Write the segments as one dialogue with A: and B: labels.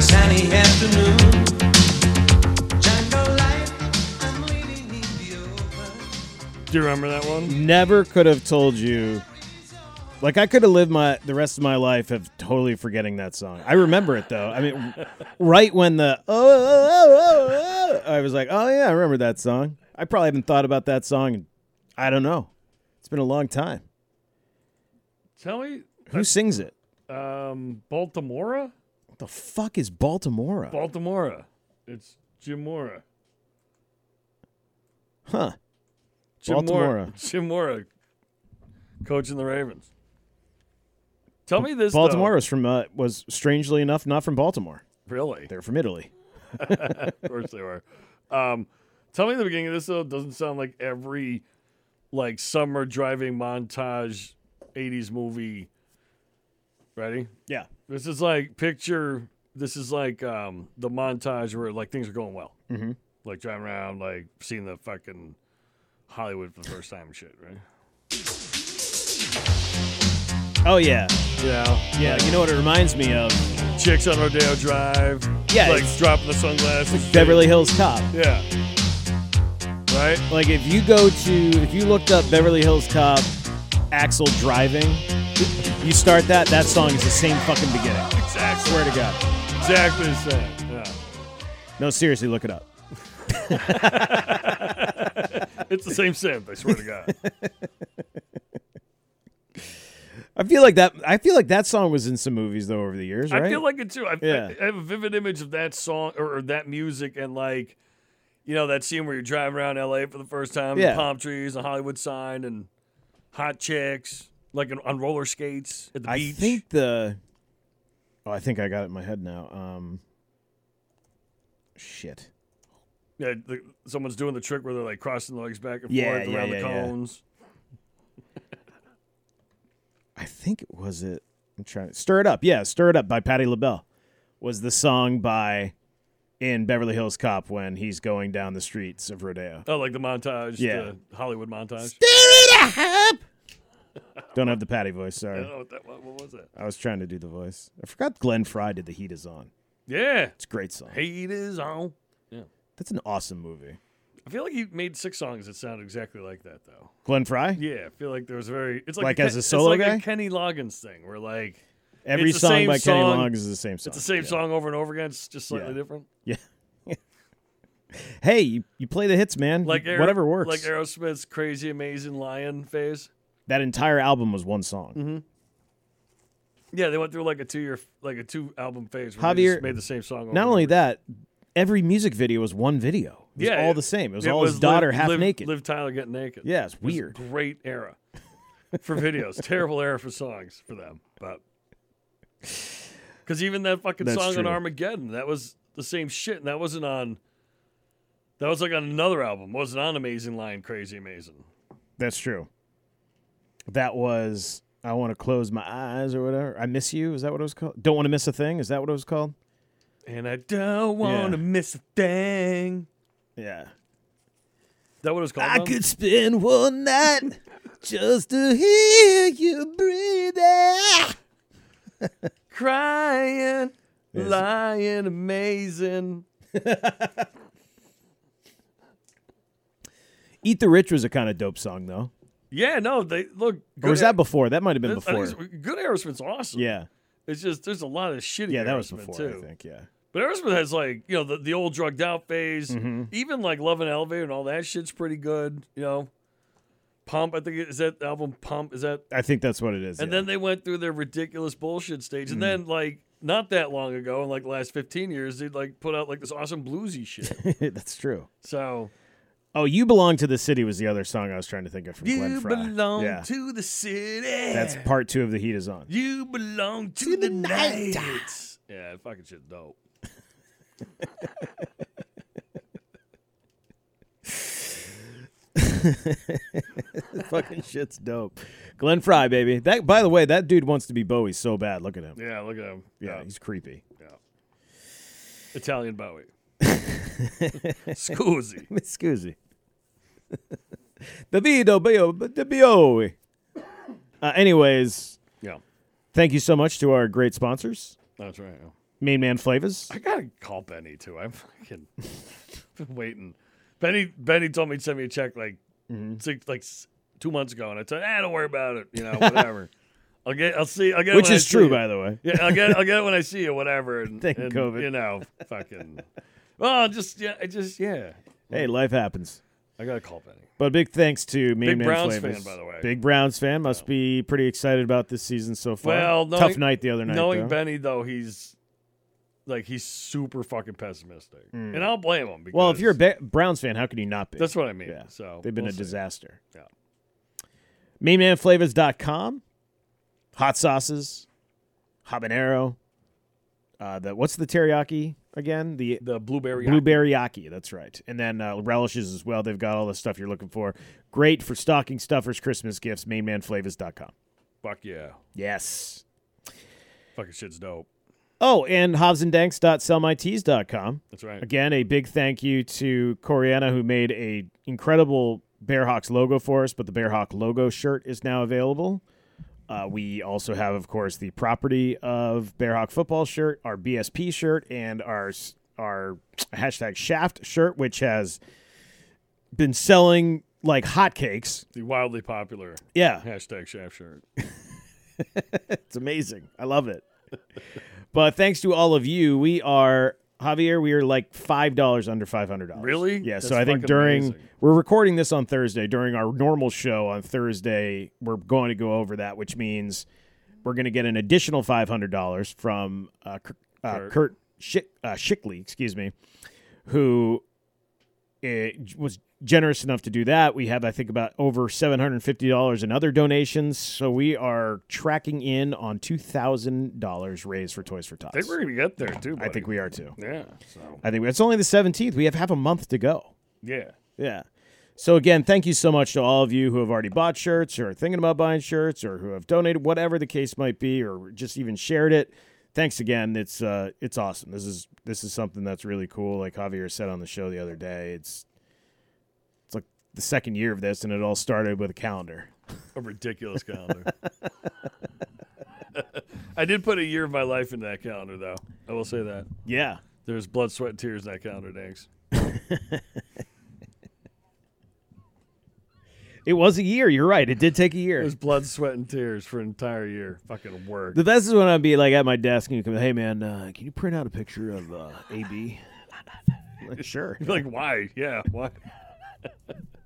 A: sunny afternoon. Jungle life, I'm living in the open.
B: Do you remember that one?
C: Never could have told you. Like I could have lived my the rest of my life of totally forgetting that song. I remember it though. I mean, right when the oh, oh, oh, oh, oh, I was like, oh yeah, I remember that song. I probably haven't thought about that song. In, I don't know. It's been a long time.
B: Tell me,
C: Who sings it?
B: um, Baltimora?
C: What the fuck is Baltimore?
B: Baltimora. It's Jim Mora.
C: Huh?
B: Jim Mora.
C: Baltimora.
B: Jim Mora, coaching the Ravens. Tell me this. though.
C: Baltimore was from uh, was strangely enough not from Baltimore.
B: Really?
C: They're from Italy.
B: Of course they were. Um, tell me the beginning of this though. Doesn't sound like every like summer driving montage '80s movie. Ready?
C: Yeah.
B: This is like picture. This is like um, the montage where like things are going well. Mm-hmm. Like driving around, like seeing the fucking Hollywood for the first time and shit. Right?
C: Oh yeah.
B: Yeah.
C: Yeah. You know what it reminds me of?
B: Chicks on Rodeo Drive.
C: Yeah,
B: Like
C: it's-
B: dropping the sunglasses.
C: Beverly Hills Cop.
B: Yeah. Right.
C: Like if you go to if you looked up Beverly Hills Cop, Axel driving, you start that. That song is the same fucking beginning.
B: Exactly.
C: Swear to God.
B: Exactly the same. Yeah.
C: No, seriously, look it up.
B: It's the same synth, I swear to God.
C: I feel like that. I feel like that song was in some movies though over the years, right?
B: I feel like it too. I,
C: Yeah.
B: I have a vivid image of that song or, or that music and like, you know, that scene where you're driving around LA for the first time,
C: Yeah.
B: the palm trees, a Hollywood sign, and hot chicks, like on- on roller skates at the
C: I
B: beach.
C: think the. Oh, I think I got it in my head now. Um. Shit.
B: yeah, the, someone's doing the trick where they're like crossing the legs back and
C: Yeah,
B: forth
C: yeah,
B: around
C: yeah,
B: the
C: yeah.
B: cones.
C: I think it was it. I'm trying to stir it up. Yeah, stir it up by Patti LaBelle was the song by in Beverly Hills Cop when he's going down the streets of Rodeo.
B: Oh, like the montage,
C: Yeah.
B: the Hollywood montage.
C: Don't have the Patty voice.
B: I
C: Sorry,
B: don't know what, that, what, what was that?
C: I was trying to do the voice. I forgot Glenn Fry did the Heat Is On.
B: Yeah.
C: It's a great song.
B: Hate is on.
C: That's an awesome movie.
B: I feel like he made six songs that sound exactly like that, though.
C: Glenn Fry.
B: Yeah, I feel like there was a very it's like,
C: Like
B: Ken-
C: as a
B: it's
C: solo
B: like
C: guy?
B: a Kenny Loggins thing where like
C: Every
B: the
C: song
B: same
C: by Kenny
B: song.
C: Loggins is the same song.
B: it's the same
C: Yeah.
B: song over and over again, it's just slightly
C: Yeah.
B: different.
C: Yeah. hey, you, you play the hits, man.
B: Like
C: Like
B: Aer-
C: whatever works.
B: Like Aerosmith's "Crazy Amazing Lion" phase.
C: that entire album was one song.
B: Mm-hmm. Yeah, they went through like a two year, like a two album phase. Where they
C: Javier-
B: just made the same song. Over
C: Not
B: and
C: only
B: over.
C: that, every music video was one video. It was
B: Yeah,
C: all
B: it-
C: the same. It was
B: it
C: all
B: was
C: his daughter
B: Liv,
C: half
B: Liv-
C: naked.
B: Liv Tyler getting naked.
C: Yeah, it's
B: It was a
C: weird.
B: Great era for videos. Terrible era for songs for them, but because even that fucking
C: That's
B: song on
C: true.
B: Armageddon, that was the same shit, and that wasn't on. That was like on another album. wasn't on Amazing Lion, Crazy Amazing.
C: That's true. That was I want to close my eyes or whatever. I miss you. Is that what it was called? Don't want to miss a thing. Is that what it was called?
B: And I don't want to miss a thing.
C: Yeah.
B: Is that what it was called?
C: I
B: Mom?
C: could spend one night just to hear you Ah! breathing.
B: crying, lying, amazing.
C: Eat the Rich was a kind of dope song though.
B: Yeah, no, they look.
C: Or was
B: good- e-
C: that before? That might have been
B: I think
C: before.
B: it's- Good Aerosmith's awesome.
C: Yeah.
B: It's just there's a lot of shitty.
C: Yeah, that was
B: Aerosmith,
C: before,
B: Too.
C: I think. Yeah.
B: But Aerosmith has like you know the, the old drugged out phase.
C: Mm-hmm.
B: Even like Love and Elevator and all that shit's pretty good. You know, Pump. I think it- is that the album Pump. Is that?
C: I think that's what it is.
B: And
C: yeah. Mm.
B: then they went through their ridiculous bullshit stage. And then like not that long ago, in like the last fifteen years, they like put out like this awesome bluesy shit.
C: that's true.
B: so
C: Oh, you belong to the city was the other song I was trying to think of from Glenn
B: you
C: Frey.
B: belong
C: yeah.
B: to the city.
C: That's part two of the heat is on.
B: You belong to, the, night. Yeah, that fucking shit dope.
C: Fucking shit's dope. Glenn Fry, baby. That by the way, that dude wants to be Bowie so bad. Look at him.
B: Yeah, look at him.
C: Yeah, he's creepy.
B: Italian Bowie. Scusi.
C: Miss Scusi. Davido Bio the Bowie. Uh, anyways,
B: Yeah,
C: thank you so much to our great sponsors.
B: that's right.
C: Main Man Flavors.
B: I gotta call Benny too. I'm fucking been waiting. Benny Benny told me to send me a check like
C: Mm-hmm.
B: six, like s- two months ago, and I said, "Ah, don't worry about it. You know, whatever. I'll get. I'll see. I'll get. it
C: Which
B: when I
C: is
B: see
C: true,
B: you.
C: by the way.
B: Yeah, I'll get. I'll get it when I see you. Whatever. And,
C: Thank
B: and,
C: COVID.
B: You know, fucking. Well, just yeah, I just yeah.
C: Hey, life happens.
B: I gotta call Benny.
C: But big thanks to Main
B: Big
C: Man
B: Browns fan,
C: Flavors.
B: by the way.
C: Big Browns fan must be pretty excited about this season so far.
B: Well,
C: tough
B: knowing-
C: night the other night.
B: Knowing
C: though.
B: Benny though, he's like he's super fucking pessimistic, and I'll blame him. Because
C: well, if you're a Ba- Browns fan, how could you not be?
B: that's what I mean.
C: Yeah.
B: So
C: They've been
B: Oh, we'll
C: a
B: see.
C: disaster.
B: Yeah.
C: Mainmanflavors.com. Hot sauces. Habanero. Uh, the, what's the teriyaki again? The
B: The blueberry.
C: blueberry yaki. That's right. And then uh, relishes as well. They've got all the stuff you're looking for. Great for stocking stuffers, Christmas gifts. Mainmanflavors.com.
B: Fuck yeah.
C: Yes.
B: Fucking shit's dope.
C: Oh, and hobsanddanks.sellmytees.com.
B: That's right.
C: Again, a big thank you to Coriana who made a incredible Bearhawks logo for us, but the Bearhawk logo shirt is now available. Uh, we also have, of course, the property of Bearhawk football shirt, our BSP shirt, and our s- our hashtag Shaft shirt, which has been selling like hotcakes.
B: The wildly popular
C: Yeah,
B: hashtag shaft shirt.
C: It's amazing. I love it. but thanks to all of you, we are Javier. We are like five dollars under five hundred dollars.
B: Really?
C: Yeah. so
B: That's
C: I think
B: fucking
C: during
B: amazing.
C: we're recording this on Thursday. During our normal show on Thursday, we're going to go over that, which means we're going to get an additional five hundred dollars from uh, Kurt, uh,
B: Kurt.
C: Kurt Schick, uh, Schickley, excuse me, who eh, was generous enough to do that. We have, I think, about over seven hundred fifty dollars in other donations. So we are tracking in on two thousand dollars raised for Toys for Tots.
B: I think we're gonna get there too.
C: I think
B: buddy.
C: we are too.
B: Yeah. So
C: I think we, it's only the seventeenth. We have half a month to go.
B: yeah.
C: Yeah. So again, thank you so much to all of you who have already bought shirts or are thinking about buying shirts or who have donated, whatever the case might be, or just even shared it. Thanks again. It's uh, it's awesome. This is this is something that's really cool. Like Javier said on the show the other day, it's it's like the second year of this, and it all started with a calendar.
B: A ridiculous calendar. I did put a year of my life in that calendar though. I will say that.
C: Yeah.
B: There's blood, sweat, and tears in that calendar, thanks.
C: It was a year. You're right. It did take a year.
B: There's blood, sweat, and tears for an entire year. Fucking work.
C: The best is when I'd be like at my desk and you come, hey man, uh, can you print out a picture of uh, AB? like, sure.
B: You're like, why? Yeah, why?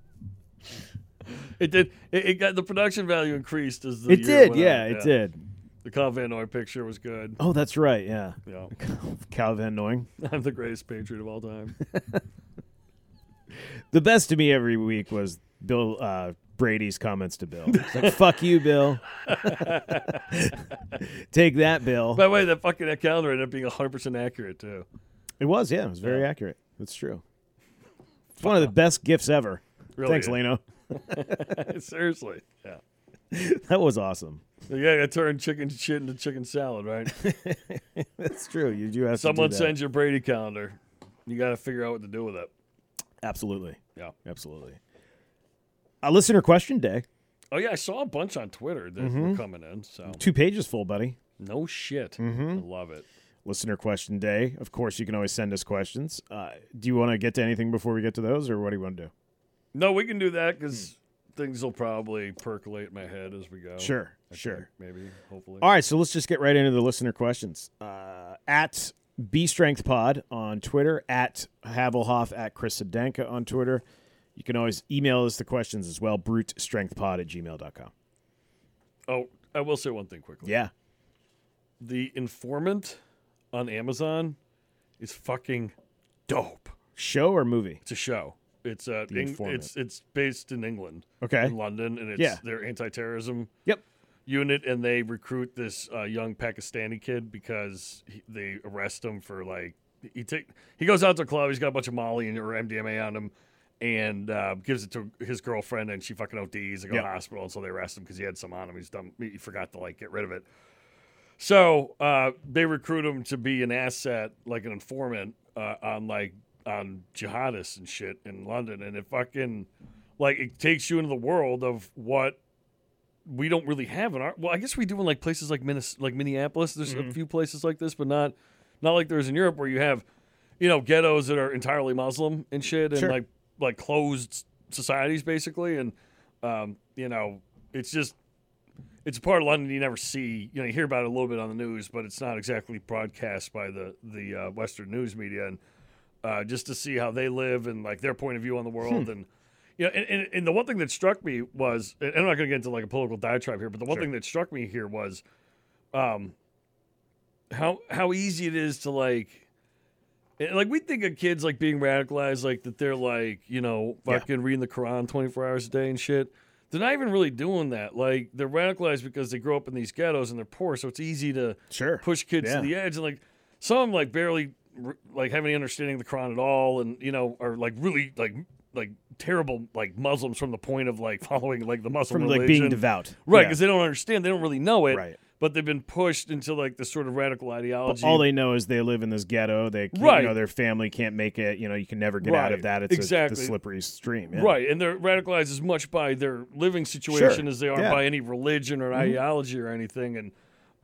B: it did. It, it got the production value increased as the
C: It
B: year
C: did.
B: went
C: Yeah,
B: on.
C: it did.
B: The Kyle Van Noy picture was good.
C: Oh, that's right. Yeah.
B: Yeah,
C: Cal Van Noy.
B: I'm the greatest patriot of all time.
C: The best to me every week was Bill uh, Brady's comments to Bill. It's like, fuck you, Bill. Take that, Bill.
B: By the way, that fucking that calendar ended up being 100 percent accurate too.
C: it was, yeah. It was very accurate. That's true. It's one of the best gifts ever.
B: Really
C: Thanks,
B: is.
C: Leno.
B: Seriously. Yeah.
C: That was awesome.
B: Yeah, I turned chicken shit into chicken salad, right?
C: That's true. You do have
B: Someone
C: to do that.
B: sends your Brady calendar. You got to figure out what to do with it.
C: Absolutely.
B: Yeah.
C: Absolutely. A listener question day.
B: Oh yeah, I saw a bunch on Twitter that
C: Mm-hmm.
B: were coming in. So
C: Two pages full, buddy.
B: no shit.
C: Mm-hmm.
B: I love it.
C: Listener question day. Of course, you can always send us questions. Uh, do you want to get to anything before we get to those, or what do you want to do?
B: No, we can do
C: Hmm.
B: that because things will probably percolate in my head as we go.
C: Sure, sure.
B: Maybe, hopefully.
C: All right, so let's just get right into the listener questions. Uh, at B Strength Pod on Twitter, at Havelhoff, at Chris Sedanka on Twitter. You can always email us the questions as well, brutestrengthpod at gmail.com.
B: Oh, I will say one thing quickly.
C: Yeah.
B: The informant on Amazon is fucking dope.
C: Show or movie?
B: It's a show. It's uh,
C: The
B: Eng-
C: Informant.
B: it's it's based in England,
C: Okay.
B: in London, and it's
C: Yeah.
B: their anti-terrorism
C: Yep.
B: unit, and they recruit this uh, young Pakistani kid because he, they arrest him for like he take he goes out to a club, he's got a bunch of Molly and or MDMA on him, and uh, gives it to his girlfriend, and she fucking ODs. They go to
C: Yeah.
B: the hospital, and so they arrest him because he had some on him. He's dumb. He forgot to like get rid of it. So uh, they recruit him to be an asset, like an informant uh, on like on jihadists and shit in London, and it fucking like it takes you into the world of what we don't really have in our. Well, I guess we do in like places like Minnes- like Minneapolis. There's a few places like this, but not Not like there's in Europe where you have, you know, ghettos that are entirely Muslim and shit, and
C: Sure.
B: like like closed societies basically, and um, you know, it's just it's a part of London you never see. You know, you hear about it a little bit on the news, but it's not exactly broadcast by the the uh, Western news media. And uh, just to see how they live and like their point of view on the world, and you know, and, and, and the one thing that struck me was, and I'm not going to get into like a political diatribe here, but the one thing that struck me here was, um, how how easy it is to like. and, Like we think of kids like being radicalized, like that they're like you know
C: Yeah.
B: fucking reading the Quran twenty four hours a day and shit they're not even really doing that. Like they're radicalized because they grow up in these ghettos and they're poor, so it's easy to
C: Sure.
B: push kids
C: Yeah.
B: to the edge. And like some like barely r- like have any understanding of the Quran at all, and you know are like really like like terrible like Muslims from the point of like following like the Muslim
C: From
B: religion,
C: like being devout.
B: right?
C: Yeah.
B: Because they don't understand, they don't really know it,
C: Right.
B: But they've been pushed into like this sort of radical
C: But
B: ideology.
C: all they know is they live in this ghetto. They, can't,
B: Right.
C: you know, their family can't make it. You know, you can never get out
B: Right.
C: of that. It's
B: Exactly.
C: a, the slippery stream. yeah.
B: Right, and they're radicalized as much by their living situation as they are
C: yeah. Mm-hmm.
B: by any religion or ideology or anything, and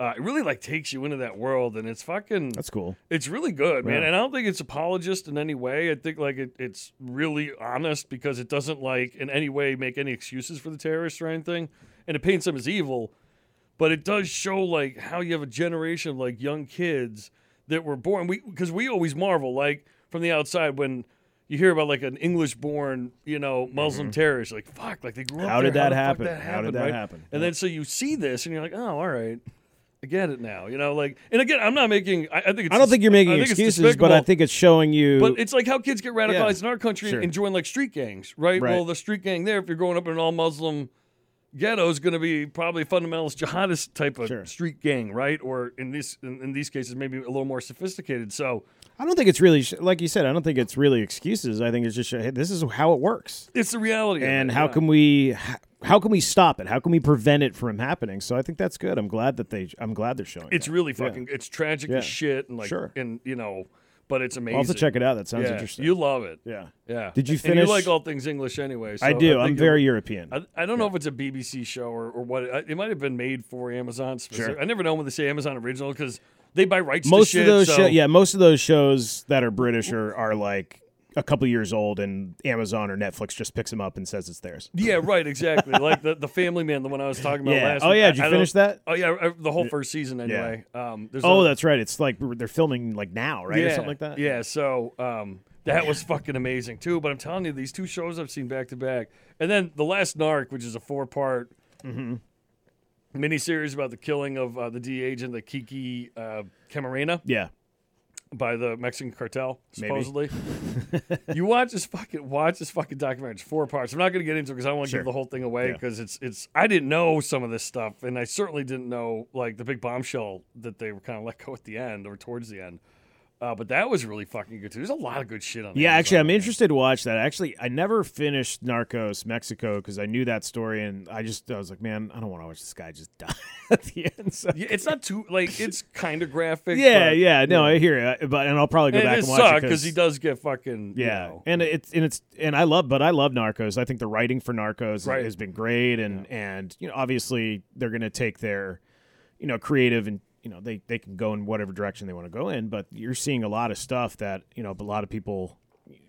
B: uh, it really like takes you into that world, and it's fucking,
C: That's cool.
B: it's really good, man.
C: Yeah.
B: And I don't think it's apologist in any way. I think like it, it's really honest because it doesn't like in any way make any excuses for the terrorists or anything, and it paints them as evil, but it does show like how you have a generation of like young kids that were born we because we always marvel like from the outside when you hear about like an English born you know Muslim terrorist like fuck like they grew up
C: Mm-hmm. How did
B: there.
C: that
B: how the fuck
C: happen?
B: that
C: How did
B: happened,
C: that
B: right?
C: happen?
B: and then so you see this and you're like oh all right I get it now you know like and again I'm not making I, I think it's
C: I don't think you're making
B: I think it's
C: excuses, but I
B: despicable.
C: think it's showing you.
B: But it's like how kids get radicalized in our country
C: Sure.
B: and join like street gangs, right?
C: Right.
B: Well, the street gang there, if you're growing up in an all Muslim ghetto, is going to be probably a fundamentalist jihadist type of
C: Sure.
B: street gang, right? Or in this in, in these cases, maybe a little more sophisticated. So
C: I don't think it's really, sh- like you said, I don't think it's really excuses. I think it's just sh- hey, this is how it works,
B: it's the reality. of
C: and
B: it,
C: how
B: yeah.
C: can we, h- how can we stop it? How can we prevent it from happening? So I think that's good. I'm glad that they, I'm glad they're showing.
B: it's
C: that.
B: really
C: Yeah.
B: fucking it's tragic
C: Yeah.
B: as shit and like
C: Sure.
B: and you know, but it's amazing.
C: I'll have to check it out. That sounds
B: Yeah,
C: interesting.
B: You love it.
C: yeah,
B: Yeah.
C: Did you
B: And
C: finish-
B: you like all things English anyway. So
C: I do. I
B: think you'll-
C: am very European.
B: I, I don't know if it's a BBC show or, or what. It, it might have been made for Amazon. Specific. I never know when they say Amazon original because they buy rights.
C: most
B: to shit,
C: of those
B: so
C: show- yeah most of those shows that are british are, are like a couple years old and amazon or netflix just picks them up and says it's theirs
B: yeah, right, exactly. like the, the Family Man, the one I was talking about
C: Yeah.
B: last.
C: Oh,
B: week. I-
C: yeah, did you
B: I don't-
C: finish that?
B: Oh yeah, I- the whole first season anyway. Um, there's
C: oh
B: a-
C: that's right it's like they're filming like now right
B: yeah,
C: or something like that
B: Yeah, so um, that was fucking amazing too. But I'm telling you, these two shows I've seen back to back, and then the last Narc, which is a four part.
C: Mm-hmm.
B: Miniseries about the killing of uh, the D agent, the Kiki uh, Camarena.
C: yeah
B: by the Mexican cartel,
C: Maybe.
B: supposedly. you watch this fucking watch this fucking documentary. It's four parts. I'm not going to get into it because I want to
C: Sure.
B: give the whole thing away
C: Yeah.
B: because it's it's. I didn't know some of this stuff, and I certainly didn't know like the big bombshell that they were kind of let go at the end or towards the end. Uh, but that was really fucking good too. There's a lot of good shit on.
C: yeah actually
B: Amazon.
C: i'm interested to watch that actually i never finished narcos mexico because i knew that story and i just i was like man i don't want to watch this guy just die at the end so.
B: Yeah, it's not too like it's kind of graphic.
C: yeah
B: but-
C: yeah no i hear it but and i'll probably go
B: And
C: back
B: it
C: and watch it
B: because he does get fucking. you
C: Yeah,
B: know,
C: and it's and it's and I love, but I love Narcos. I think the writing for Narcos
B: Right.
C: has been great, and and you know obviously they're gonna take their, you know, creative and you know they they can go in whatever direction they want to go in, but you're seeing a lot of stuff that you know a lot of people,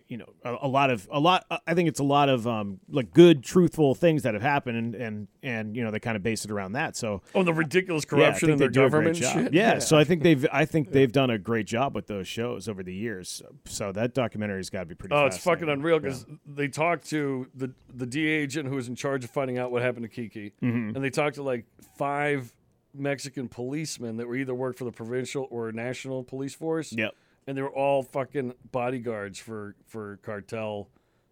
C: you know, a, a lot of a lot. uh, I think it's a lot of um like good truthful things that have happened, and and and you know they kind of base it around that. So
B: oh, the ridiculous
C: yeah, I
B: corruption
C: think
B: in
C: they
B: their
C: do a great
B: government.
C: job.
B: Shit.
C: Yeah, so I think they've I think they've done a great job with those shows over the years. So that documentary's got to be pretty.
B: Oh, it's fucking
C: fascinating.
B: unreal because they talked to the the D agent who was in charge of finding out what happened to Kiki,
C: Mm-hmm.
B: and they talked to like five Mexican policemen that were either worked for the provincial or national police force.
C: Yep.
B: and they were all fucking bodyguards for for cartel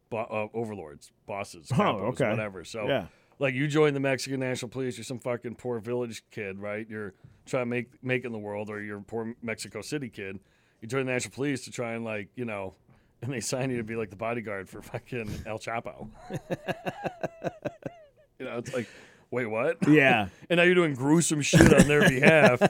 B: bo- uh, overlords, bosses, capos,
C: Oh, okay.
B: whatever. So
C: Yeah.
B: like you join the Mexican National Police, you're some fucking poor village kid, right? You're trying to make make it in the world, or you're a poor Mexico City kid. You join the National Police to try and like you know, and they sign you to be like the bodyguard for fucking El Chapo. you know, it's like, wait, what?
C: Yeah.
B: and now you're doing
C: Mm-hmm.
B: gruesome shit on their behalf,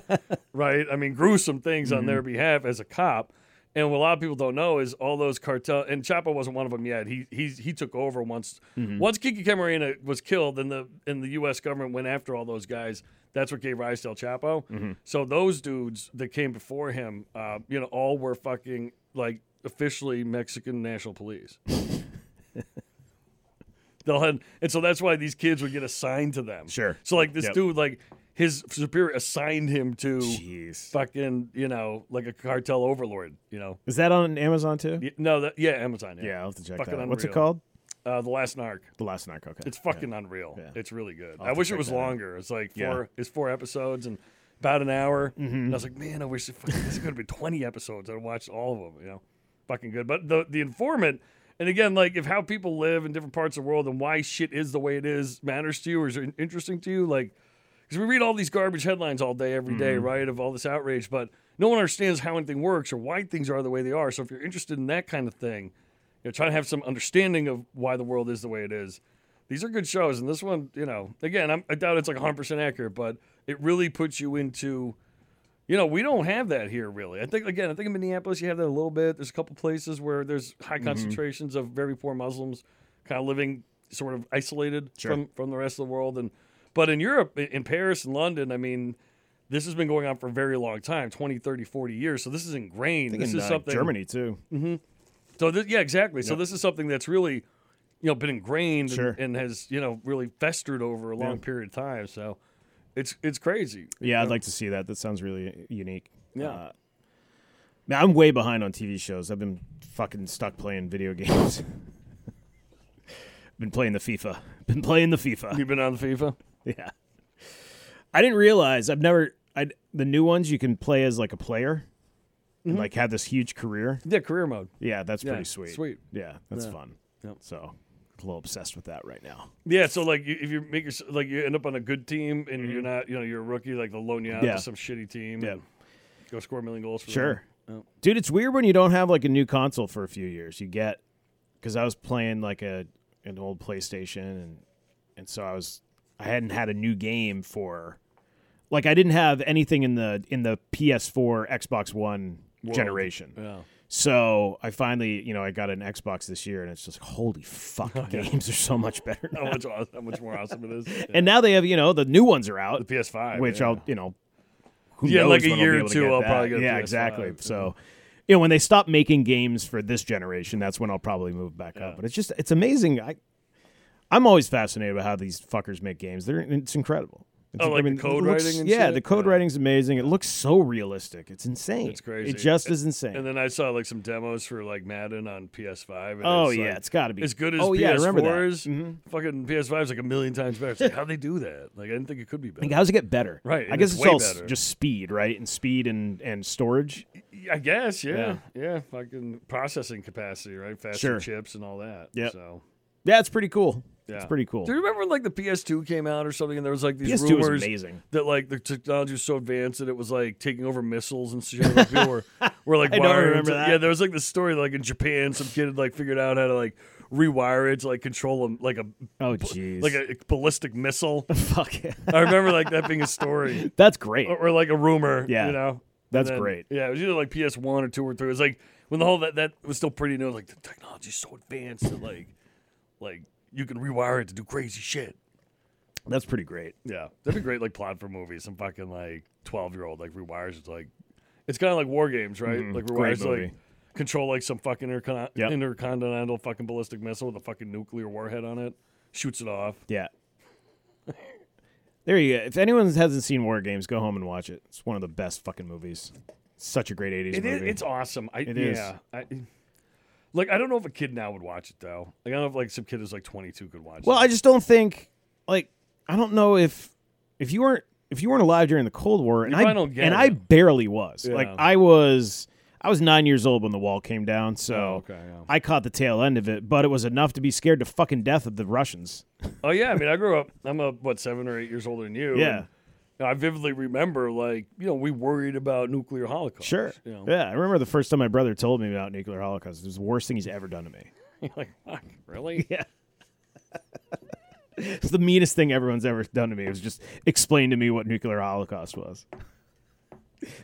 B: right? I mean, gruesome things on their behalf as a cop. And what a lot of people don't know is all those cartel and Chapo wasn't one of them yet. He he he took over once
C: Mm-hmm.
B: once Kiki Camarena was killed, then the and the U.S. government went after all those guys. That's what gave rise to El Chapo.
C: Mm-hmm.
B: So those dudes that came before him, uh, you know, all were fucking like officially Mexican National Police. They'll had, and so that's why these kids would get assigned to them.
C: Sure.
B: So like this
C: Yep.
B: dude, like his superior assigned him to
C: Jeez.
B: fucking, you know, like a cartel overlord, you know.
C: Is that on Amazon too?
B: Y- No, that, yeah, Amazon.
C: Yeah,
B: Yeah,
C: I'll have to check
B: Fucking
C: that. out. What's it
B: unreal.
C: called?
B: Uh, the Last Narc.
C: The Last Narc. Okay.
B: It's fucking unreal.
C: Yeah.
B: It's really good.
C: have
B: I
C: to
B: wish it
C: check
B: was
C: that out.
B: longer. It's like
C: Yeah. Mm-hmm.
B: four. It's four episodes and about an hour. And I was like, man, I wish it fucking, this could have been twenty episodes. I'd watched all of them. You know, fucking good. But the the informant. And again, like if how people live in different parts of the world and why shit is the way it is matters to you or is interesting to you, like because we read all these garbage headlines all day, every
C: Mm-hmm.
B: day, right? Of all this outrage, but no one understands how anything works or why things are the way they are. So if you're interested in that kind of thing, you know, trying to have some understanding of why the world is the way it is. These are good shows, and this one, you know, again, I'm, I doubt it's like 100 percent accurate, but it really puts you into, you know, we don't have that here really. I think again, I think in Minneapolis you have that a little bit. There's a couple places where there's high
C: Mm-hmm.
B: concentrations of very poor Muslims, kind of living sort of isolated
C: Sure.
B: from from the rest of the world, and but in Europe, i- in Paris and London, I mean, this has been going on for a very long time 20, 30, 40 years. So this is ingrained.
C: Thinking,
B: This is
C: uh,
B: something. Mm-hmm.
C: Germany too.
B: So this, yeah, exactly. So this is something that's really, you know, been ingrained
C: Sure.
B: and, and has you know really festered over a long
C: Yeah.
B: period of time. So it's it's crazy.
C: Yeah, I'd like to see that. That sounds really unique.
B: Yeah.
C: Uh, man, I'm way behind on TV shows. I've been fucking stuck playing video games. been playing the FIFA. Been playing the FIFA.
B: You've been on the FIFA.
C: Yeah. I didn't realize I've never I the new ones you can play as like a player and like have this huge career.
B: Yeah, career mode.
C: Yeah, that's
B: Mm-hmm. Yeah,
C: pretty sweet.
B: sweet.
C: Yeah, that's fun.
B: Yep.
C: So, a little obsessed with that right now.
B: Yeah, so like you, if you make your, like you end up on a good team and you're not, you know, you're a rookie, like they'll loan you out
C: Mm-hmm. Yeah.
B: to some shitty team.
C: Yeah.
B: and Go score a million goals for them.
C: Sure.
B: Oh.
C: Dude, it's weird when you don't have like a new console for a few years. You get because I was playing like a an old PlayStation and and so I was I hadn't had a new game for like I didn't have anything in the in the PS4 Xbox One
B: World.
C: generation.
B: Yeah.
C: So I finally, you know, I got an Xbox this year and it's just holy fuck games are so much better.
B: How
C: now.
B: much, aw- how much more awesome it is.
C: And now they have, you know, the new ones are out
B: the PS5.
C: which
B: yeah.
C: I'll you know, who
B: Yeah, in
C: knows
B: like a
C: when I'll
B: year
C: be
B: or
C: able to
B: two,
C: get
B: I'll
C: that.
B: probably get a
C: yeah,
B: PS5,
C: exactly.
B: yeah.
C: So, you know, when they stop making games for this generation, that's when I'll probably move back up. But it's just it's amazing. I, I'm always fascinated by how these fuckers make games. They're it's incredible. It's,
B: Oh, like
C: I
B: the
C: mean, it
B: code
C: looks-
B: writing and
C: yeah,
B: shit?
C: the code
B: Yeah.
C: writing's amazing. It looks so realistic. It's insane.
B: It's crazy.
C: It just is insane.
B: And then I saw like some demos for like Madden on PS5. And
C: oh
B: it's,
C: yeah,
B: like,
C: it's got to be
B: as good as
C: oh,
B: PS4s.
C: yeah, I remember that. Mm-hmm.
B: Fucking PS5 is like a million times better. It's like, how'd they do that? Like, I didn't think it could be better.
C: Like, how does it get better?
B: Right,
C: I
B: and
C: guess
B: it's
C: it's,
B: way
C: all s-
B: better.
C: just speed, right? And speed and and storage.
B: I guess, yeah, yeah, Fucking processing capacity, right? Faster
C: Sure.
B: chips and all that.
C: Yep.
B: So
C: Yeah, it's pretty cool.
B: yeah,
C: It's pretty cool.
B: Do you remember when, like the PS2 came out or something, and there was like these
C: PS2 was
B: rumors
C: amazing.
B: that like the technology was so advanced that it was like taking over missiles and shit. Like, people were, were like
C: I don't
B: wiring
C: remember
B: to-
C: that.
B: Yeah, there was like this story like in Japan, some kid had like figured out how to like rewire it to like control them like a
C: Oh jeez.
B: like a ballistic missile.
C: fuck.
B: I remember like that being a story.
C: That's great.
B: Uh, or, or, like a rumor.
C: Yeah.
B: you know
C: That's
B: And
C: great.
B: Yeah, it was either like PS one or two or three. It was like when the whole that that was still pretty new. Like the technology's so advanced that like like you can rewire it to do crazy shit.
C: That's pretty great.
B: Yeah, that'd be great. Like plot for movies. Some fucking like twelve year old like rewires it. to, Like it's kind of like war games, right? like
C: Mm-hmm. great
B: rewires to, like
C: movie.
B: control like some fucking intercon-
C: Yep.
B: intercontinental fucking ballistic missile with a fucking nuclear warhead on it. Shoots it off.
C: Yeah. There you go. If anyone hasn't seen War Games, go home and watch it. It's one of the best fucking movies. Such a great 80s
B: It is.
C: movie.
B: It's awesome. I,
C: It
B: yeah,
C: is.
B: I, like I don't know if a kid now would watch it though. Like I don't know if like some kid who's like 22 could watch.
C: well,
B: it.
C: I just don't think like I don't know if if you weren't if you weren't alive during the Cold War and I
B: probably don't get
C: and I
B: it.
C: barely was. Like
B: Yeah.
C: I was I was 9 years old when the wall came down, so
B: Oh, okay, yeah.
C: I caught the tail end of it, but it was enough to be scared to fucking death of the Russians.
B: oh yeah, I mean I grew up. I'm a what seven or eight years older than you.
C: Yeah.
B: and, you know, I vividly remember like you know we worried about nuclear holocaust.
C: Sure.
B: You know?
C: Yeah, I remember the first time my brother told me about nuclear holocaust. It was the worst thing he's ever done to me.
B: You're like fuck, really?
C: Yeah. it's the meanest thing everyone's ever done to me. It was just explain to me what nuclear holocaust was.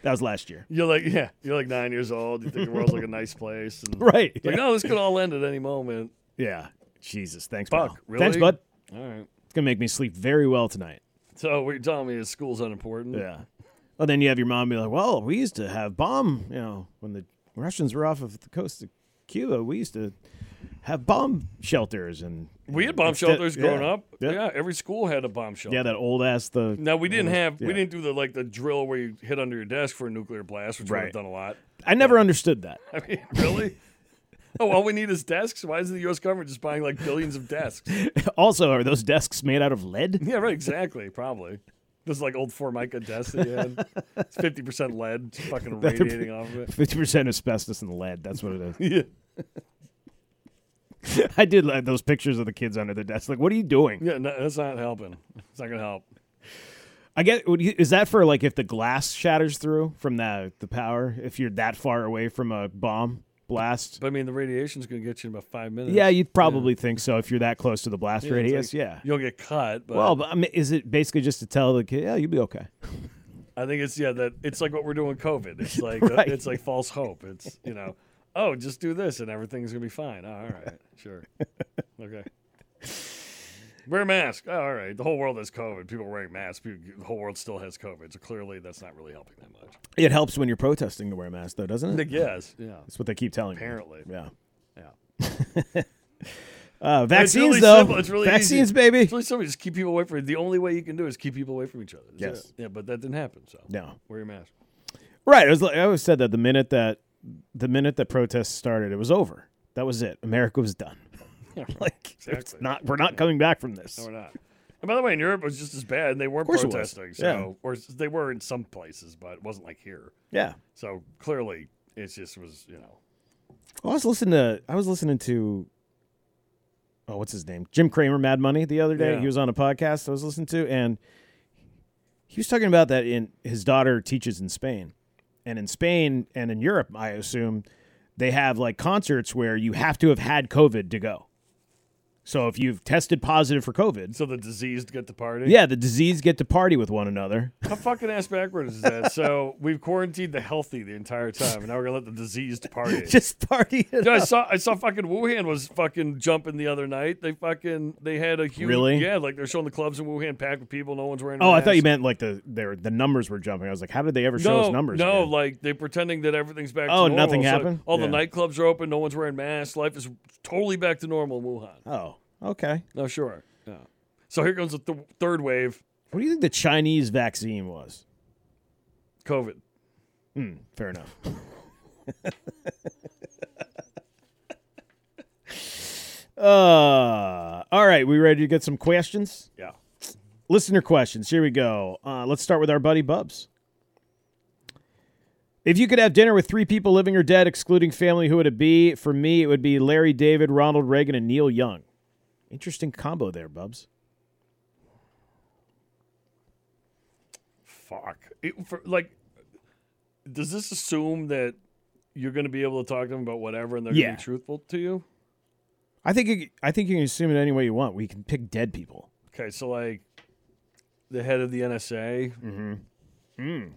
C: That was last year.
B: You're like, yeah, you're like nine years old. You think the world's like a nice place. And
C: Right.
B: Like, no, this could all end at any moment.
C: Yeah. Jesus. Thanks,
B: Fuck,
C: pal.
B: really?
C: Thanks, bud.
B: All right.
C: It's gonna make me sleep very well tonight.
B: So what you're telling me is school's unimportant.
C: Yeah. Well, then you have your mom be like, "Well, we used to have bomb. You know, when the Russians were off of the coast of Cuba, we used to have bomb shelters and
B: We had bomb
C: Instead-
B: shelters growing
C: yeah.
B: up.
C: Yeah.
B: Yeah. every school had a bomb shelter.
C: yeah, that old ass the
B: Now we didn't have
C: yeah.
B: we didn't do the like the drill where you hit under your desk for a nuclear blast, which
C: Right.
B: we've done a lot.
C: I never understood that.
B: I mean, really? oh, all we need is desks. Why is the U.S. government just buying like billions of desks?
C: also, are those desks made out of lead?
B: yeah, right. Exactly. Probably. This is like old Formica desks that you had. It's fifty percent lead, just fucking radiating off of it.
C: Fifty percent asbestos and lead. That's what it
B: Yeah.
C: is. I did like those pictures of the kids under the desk. Like, what are you doing?
B: Yeah, no, that's not helping. It's not gonna help.
C: I get. would you- Is that for like if the glass shatters through from the the power? If you're that far away from a bomb blast,
B: But I mean, the radiation's gonna get you in about five minutes.
C: Yeah, you'd probably think so if you're that close to the blast
B: it's
C: radius.
B: like,
C: yeah.
B: You'll get cut. But
C: Well, but I mean, is it basically just to tell the kid, yeah, you'll be okay?
B: I think it's yeah that it's like what we're doing with COVID. It's like uh,
C: Right.
B: it's like false hope. It's you know, oh, just do this and everything's gonna be fine. Oh, all right, sure, okay. Wear a mask. Oh, all right, the whole world has COVID. People are wearing masks. People, the whole world still has COVID. So clearly, that's not really helping that much.
C: It helps when you're protesting to wear a mask, though, doesn't
B: I
C: it?
B: guess. Yeah.
C: That's what they keep telling
B: Apparently.
C: me. Yeah.
B: Yeah.
C: Uh, vaccines,
B: really
C: though.
B: simple. It's really
C: vaccines,
B: easy.
C: baby.
B: It's really something. Just keep people away from. The only way you can do is keep people away from each other. That's
C: Yes.
B: it. Yeah, but that didn't happen. So
C: No.
B: wear your mask.
C: Right. It was like, I always said that the minute that the minute that protests started, it was over. That was it. America was done. like it's
B: Exactly.
C: not. We're not coming back from this.
B: No, we're not. And by the way, in Europe, it was just as bad, and they weren't
C: course it was.
B: protesting. So,
C: Yeah.
B: or s- they were in some places, but it wasn't like here.
C: Yeah.
B: So clearly, it just was, you know,
C: I was listening to I was listening to oh what's his name Jim Cramer Mad Money the other day
B: Yeah.
C: he was on a podcast I was listening to and he was talking about that in his daughter teaches in Spain and in Spain and in Europe I assume they have like concerts where you have to have had COVID to go so if you've tested positive for COVID
B: so the diseased get to party.
C: yeah the disease get to party with one another
B: How fucking ass backwards is that? so we've quarantined the healthy the entire time, and now we're gonna let the diseased party.
C: just party it
B: Dude, I
C: up.
B: saw I saw fucking Wuhan was fucking jumping the other night. They fucking they had a huge
C: Really?
B: yeah, like they're showing the clubs in Wuhan packed with people. No one's wearing.
C: oh I thought
B: masks.
C: you meant like the their the numbers were jumping I was like how did they ever show us numbers
B: No,
C: again?
B: like they're pretending that everything's back.
C: Oh,
B: to normal.
C: nothing
B: So
C: happened?
B: All
C: Yeah.
B: the nightclubs are open. No one's wearing masks. Life is totally back to normal in Wuhan.
C: oh okay
B: No, sure. Yeah. So here comes the th- third wave
C: What do you think the Chinese vaccine was?
B: COVID.
C: Fair enough. uh, all right, we ready to get some questions?
B: Yeah.
C: Listener questions. Here we go. Uh, let's start with our buddy Bubs. If you could have dinner with three people living or dead, excluding family, who would it be? For me, it would be Larry David, Ronald Reagan, and Neil Young. Interesting combo there, Bubs.
B: Fuck. It, for, like, does this assume that you're going to be able to talk to them about whatever and they're
C: Yeah.
B: going to be truthful to you?
C: I think you, I think you can assume it any way you want. We can pick dead people.
B: Okay, so like the head of the NSA
C: Mm.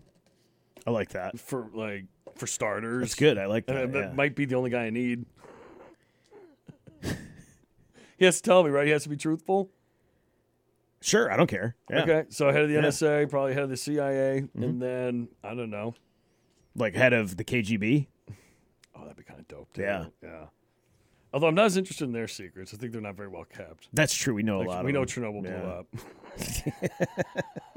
C: I like that.
B: for like for starters.
C: It's good. I like
B: Uh,
C: that.
B: that
C: yeah.
B: might be the only guy I need. he has to tell me, right? He has to be truthful.
C: Sure, I don't care. Yeah. Mm-hmm.
B: Okay, so head of the NSA, probably head of the CIA, and then I don't know.
C: Like head of the KGB.
B: Oh, that'd be kind of dope. Too.
C: Yeah.
B: yeah. Although I'm not as interested in their secrets, I think they're not very well kept.
C: That's true. We know a lot.
B: we
C: of
B: know
C: them.
B: Chernobyl
C: Yeah.
B: blew up.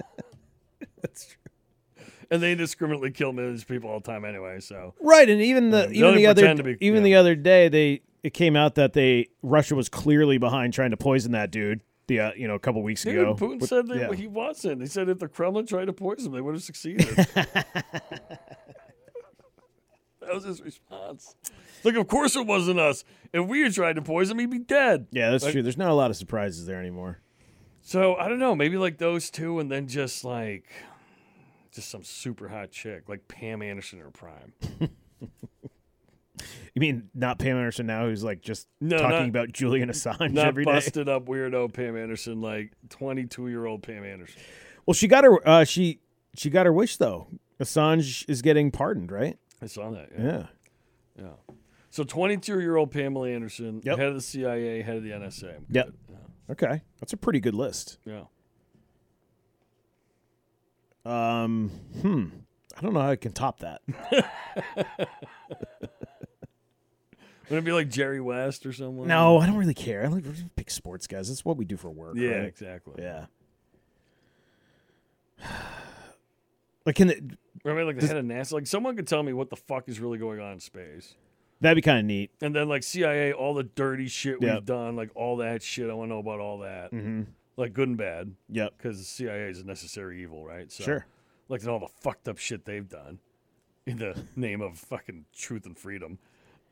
B: That's true. And they indiscriminately kill millions of people all the time anyway. So
C: Right, and even the even
B: only
C: the other
B: pretend to be-
C: even
B: yeah.
C: the other day they it came out that they Russia was clearly behind trying to poison that dude. The uh, you know a couple weeks
B: Dude,
C: ago.
B: Putin
C: But-
B: said that
C: yeah.
B: he wasn't. He said if the Kremlin tried to poison him, they would have succeeded. that was his response. Like, of course it wasn't us. If we had tried to poison him, he'd be dead.
C: Yeah, that's
B: Like-
C: true. There's not a lot of surprises there anymore.
B: So I don't know. Maybe like those two, and then just like, just some super hot chick like Pam Anderson or Prime.
C: You mean not Pam Anderson now, who's like just
B: No,
C: talking
B: not-
C: about Julian Assange
B: Not
C: every day?
B: busted up weirdo Pam Anderson, like twenty two year old Pam Anderson.
C: Well, she got her. Uh, she she got her wish though. Assange is getting pardoned, right?
B: I saw that. Yeah.
C: Yeah.
B: So 22 year old Pamela Anderson,
C: Yep.
B: head of the CIA, head of the NSA. I'm
C: Yep.
B: good.
C: Okay. That's a pretty good list.
B: Yeah.
C: Um, hmm. I don't know how I can top that.
B: Would it be like Jerry West or someone?
C: No, I don't really care. I like we're just big sports guys. That's what we do for work.
B: Yeah,
C: right?
B: exactly.
C: Yeah. Like, can it,
B: I mean, like the head of NASA. Like someone could tell me what the fuck is really going on in space.
C: that'd be kind of neat.
B: And then like CIA, all the dirty shit we've
C: Yep.
B: done, like all that shit. I want to know about all that,
C: Mm-hmm.
B: like good and bad,
C: Yep.
B: because the CIA is a necessary evil, right? So,
C: Sure.
B: Like and all the fucked up shit they've done in the name of fucking truth and freedom.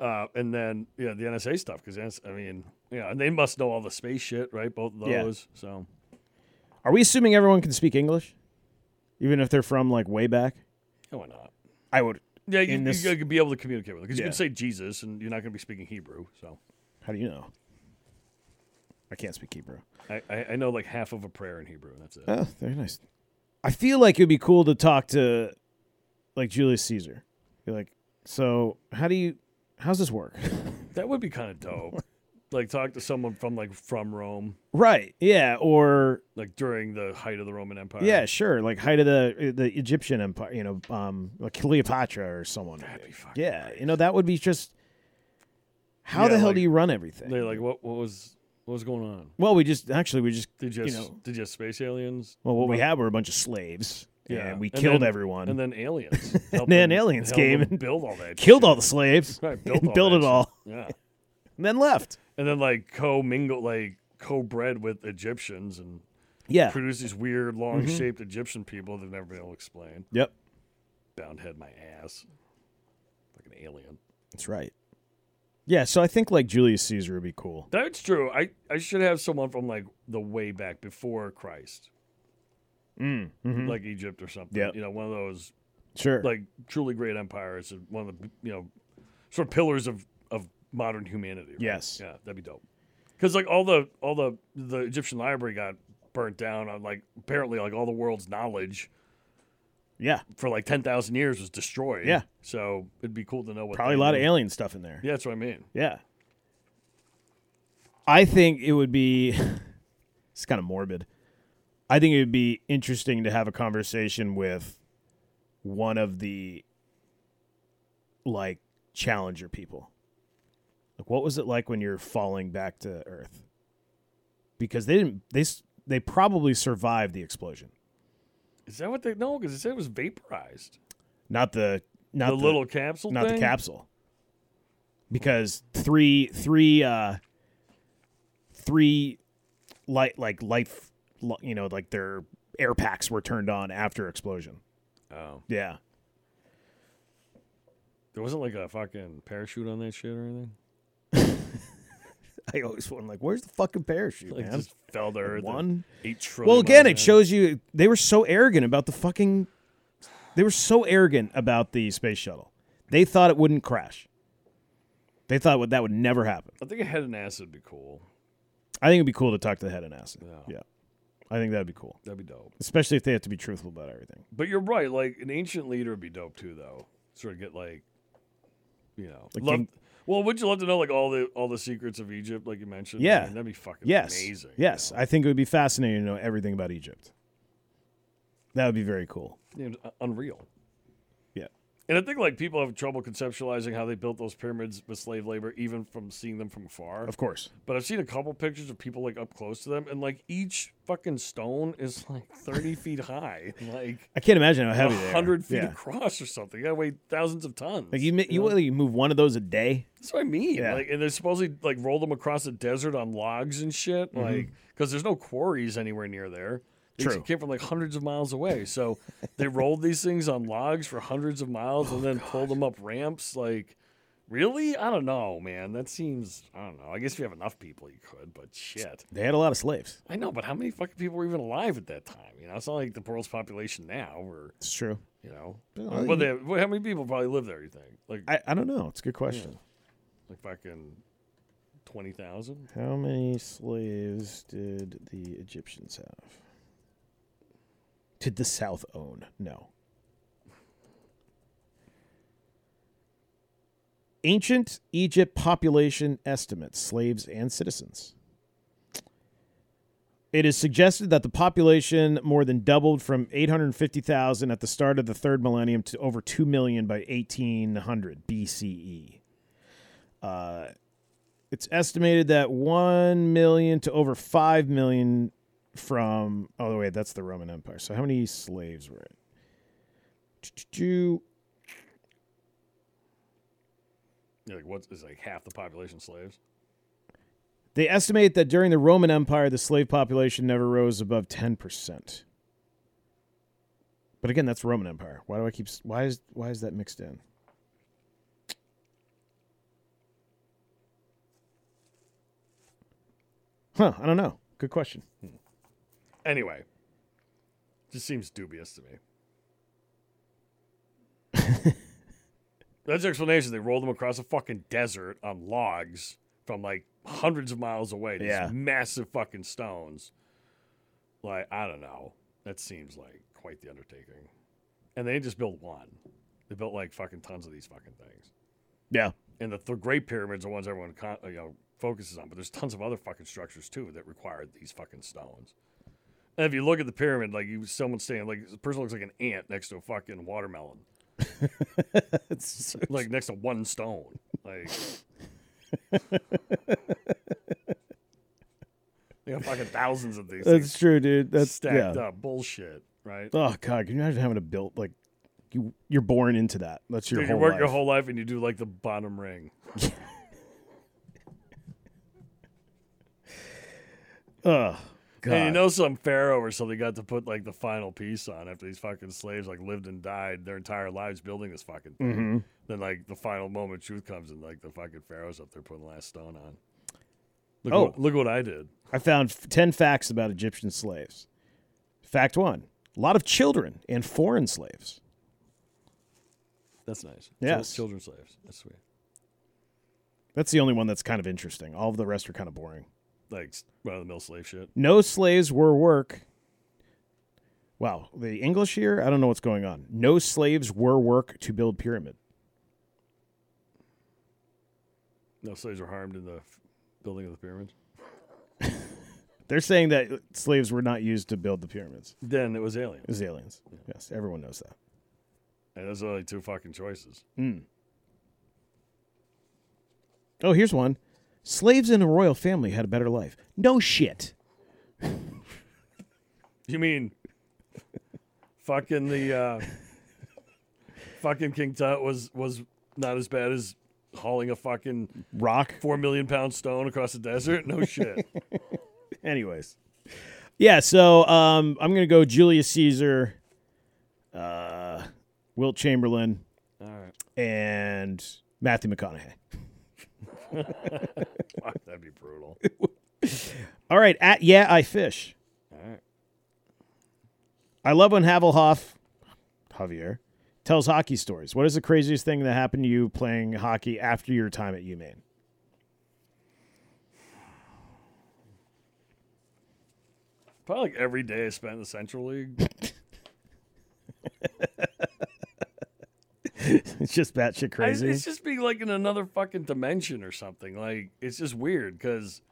B: Uh, and then yeah, the NSA stuff because I mean yeah, and they must know all the space shit, right? Both of
C: Yeah.
B: those. So
C: Are we assuming everyone can speak English, even if they're from like way back?
B: yeah, why not?
C: I would.
B: Yeah, you,
C: In
B: you
C: this-
B: gotta be able to communicate with it because you
C: Yeah.
B: can say Jesus and you're not gonna be speaking Hebrew. So
C: How do you know? I can't speak Hebrew.
B: I, I, I know like half of a prayer in Hebrew. and That's it.
C: Oh, very nice. I feel like it would be cool to talk to, like Julius Caesar. You're like, so how do you? How's this work?
B: That would be kind of dope. like talk to someone from like from Rome,
C: right. Yeah. Or
B: like during the height of the Roman Empire.
C: yeah, sure. Like height of the the Egyptian empire. You know, um, like Cleopatra or someone.
B: That'd be fucking
C: Yeah.
B: great.
C: You know, that would be just. How
B: Yeah,
C: the hell
B: like-
C: do you run everything?
B: They're like, what what was what was going on?
C: well, we just actually we just
B: Did you, have
C: You
B: s-
C: know.
B: did you have space aliens?
C: Well, what we had were a bunch of slaves.
B: Yeah,
C: And we
B: And
C: killed
B: then-
C: everyone.
B: and then aliens.
C: And then aliens came
B: and
C: and
B: build all that.
C: killed
B: shit.
C: all the slaves.
B: Right, built
C: built
B: all
C: built
B: that
C: it
B: shit.
C: all.
B: Yeah,
C: And then left.
B: and then like co mingle, like co bred with Egyptians and
C: Yeah.
B: produce these weird
C: Mm-hmm.
B: long shaped Egyptian people they've never been able to explain.
C: Yep.
B: Bound head, my ass, like an alien.
C: That's right. Yeah, so I think like Julius Caesar would be cool.
B: That's true. I, I should have someone from like the way back before Christ,
C: Mm. hmm
B: like Egypt or something.
C: Yep.
B: You know, one of those
C: sure.
B: like truly great empires, and one of the you know sort of pillars of of modern humanity. right?
C: Yes.
B: Yeah, that'd be dope. Because like all the all the the Egyptian library got burnt down on like apparently like all the world's knowledge
C: yeah.
B: for like ten thousand years was destroyed.
C: Yeah.
B: So it'd be cool to know what
C: Probably a
B: they
C: lot of
B: knew.
C: alien stuff in there.
B: Yeah, that's what I mean.
C: Yeah. I think it would be it's kind of morbid. I think it would be interesting to have a conversation with one of the like challenger people. Like what was it like when you're falling back to earth? Because they didn't they s- they probably survived the explosion.
B: Is that what they know? Because it said it was vaporized.
C: Not the not
B: the, little capsule.
C: not
B: thing?
C: the capsule because three three uh three light like life li- you know like their air packs were turned on after explosion
B: Oh.
C: yeah
B: There wasn't like a fucking parachute on that shit or anything.
C: i always wonder like where's the fucking parachute
B: Like
C: man
B: just fell to earth. at
C: one
B: Eight trillion.
C: well again
B: miles
C: it
B: an hour.
C: shows you they were so arrogant about the fucking they were so arrogant about the space shuttle they thought it wouldn't crash they thought would- that would never happen
B: I think a head and ass would be cool.
C: i think it'd be cool to talk to the head and ass
B: Yeah.
C: yeah i think that'd be cool
B: That'd be dope.
C: especially if they have to be truthful about everything.
B: But you're right. Like an ancient leader would be dope too, though. Sort of get like, you know,
C: Like
B: love-
C: King-
B: well, would you love to know like all the all the secrets of Egypt, like you mentioned? I
C: Yeah.
B: mean, that'd be fucking
C: Yes,
B: amazing. you
C: yes,
B: know?
C: I think it would be fascinating to know everything about Egypt. That would be very cool.
B: Yeah, it's un- unreal.
C: Yeah.
B: And I think like people have trouble conceptualizing how they built those pyramids with slave labor, even from seeing them from far.
C: Of course,
B: But I've seen a couple pictures of people like up close to them, and like each fucking stone is like thirty feet high, and, like
C: I can't imagine how heavy they are.
B: hundred feet
C: Yeah.
B: across or something. That weigh thousands of tons.
C: Like you, mi- you,
B: know?
C: what, you move one of those a day.
B: That's what I mean.
C: Yeah.
B: Like, and they supposedly like rolled them across the desert on logs and shit.
C: Mm-hmm.
B: Like, because there's no quarries anywhere near there. They
C: True.
B: actually came from like hundreds of miles away. So they rolled these things on logs for hundreds of miles
C: Oh,
B: and then pulled them up ramps. Like, really? I don't know, man. That seems. I don't know. I guess if you have enough people, you could. But shit,
C: They had a lot of slaves.
B: I know. But how many fucking people were even alive at that time? You know, it's not like the world's population now, or
C: It's true.
B: you know,
C: Well,
B: what
C: you-
B: they, how many people probably live there? You think like
C: I, I don't know. It's a good question.
B: like fucking twenty thousand?
C: How many slaves did the Egyptians have? Did the South own? No. Ancient Egypt population estimates, slaves and citizens. It is suggested that the population more than doubled from 850,000 at the start of the third millennium to over 2 million by 1800 BCE. Uh, it's estimated that 1 million to over 5 million from. Oh, wait, that's the Roman Empire. So how many slaves were it? Two-
B: You're like what's is like half the population slaves?
C: They estimate that during the Roman Empire, the slave population never rose above 10%. But again, that's Roman Empire. Why do I keep s- why is why is that mixed in? Huh, I don't know. Good question.
B: Anyway, just seems dubious to me. That's the explanation. They rolled them across a fucking desert on logs from like hundreds of miles away. These
C: Yeah.
B: massive fucking stones. Like, I don't know. That seems like quite the undertaking. And they just built one. They built like fucking tons of these fucking things.
C: Yeah.
B: And the th- Great Pyramids are ones everyone con- uh, you know, focuses on, but there's tons of other fucking structures too that require these fucking stones. And if you look at the pyramid, like you, someone standing, like the person looks like an ant next to a fucking watermelon,
C: It's so-
B: like next to one stone. Like, they got fucking thousands of these
C: that's
B: things
C: true, dude. That's
B: stacked
C: yeah.
B: up. Bullshit, right?
C: Oh god, can you imagine having to build like you you're born into that. That's your
B: Dude,
C: whole
B: you work
C: life.
B: your whole life and you do like the bottom ring.
C: Ugh, god.
B: And you know, some pharaoh or something got to put like the final piece on after these fucking slaves like lived and died their entire lives building this fucking thing.
C: Mhm.
B: Then like the final moment, truth comes and like the fucking pharaoh's up there putting the last stone on. Look,
C: Oh.
B: what, look what I did.
C: I found f- 10 facts about Egyptian slaves. Fact one a lot of children and foreign slaves.
B: That's nice. Chil-
C: Yes.
B: children slaves. That's sweet.
C: That's the only one that's kind of interesting. All of the rest are kind of boring.
B: Like run of the mill slave shit.
C: No slaves were work. Wow, the English here? I don't know what's going on. No slaves were work to build pyramid.
B: No slaves were harmed in the f- building of the pyramids.
C: They're saying that slaves were not used to build the pyramids.
B: Then it was alien.
C: It was aliens. Yes, everyone knows that.
B: And those are only two fucking choices.
C: Oh, here's one. Slaves in a royal family had a better life. No shit.
B: You mean fucking the uh, fucking King Tut was was not as bad as hauling a fucking
C: Rock
B: four million pound stone across the desert? No shit.
C: Anyways. Yeah, so um, I'm going to go Julius Caesar, uh, Wilt Chamberlain,
B: All right,
C: and Matthew McConaughey.
B: Fuck, that'd be brutal.
C: All right, at Yeah, I Fish.
B: All right,
C: I love when Havelhoff, Javier, tells hockey stories. What is the craziest thing that happened to you playing hockey after your time at UMaine?
B: probably like every day I spent in the Central League.
C: It's just batshit
B: I-
C: crazy.
B: it's just being like in another fucking dimension or something. Like it's just weird because,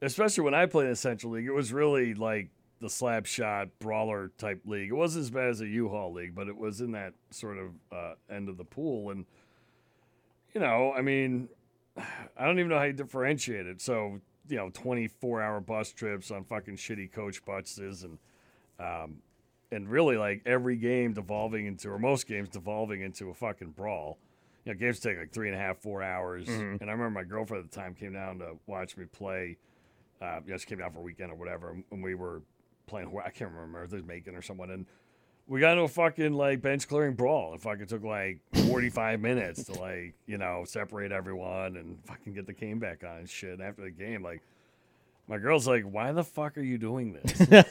B: especially when I played in the Central League, it was really like the slap shot brawler type league. It wasn't as bad as a U-Haul league, but it was in that sort of uh, end of the pool. And you know, I mean, I don't even know how you differentiate it. So you know, twenty-four hour bus trips on fucking shitty coach buses and. Um, and really, like every game devolving into, or most games devolving into a fucking brawl you know, games take like three and a half, four hours. And I remember my girlfriend at the time came down to watch me play. Uh, you know, she came down for a weekend or whatever, and- and we were playing. wh- I can't remember if it was Macon or someone. And we got into a fucking like bench clearing brawl. It fucking took like forty five minutes to like you know separate everyone and fucking get the game back on and shit. And after the game, like my girl's like, "Why the fuck are you doing this?"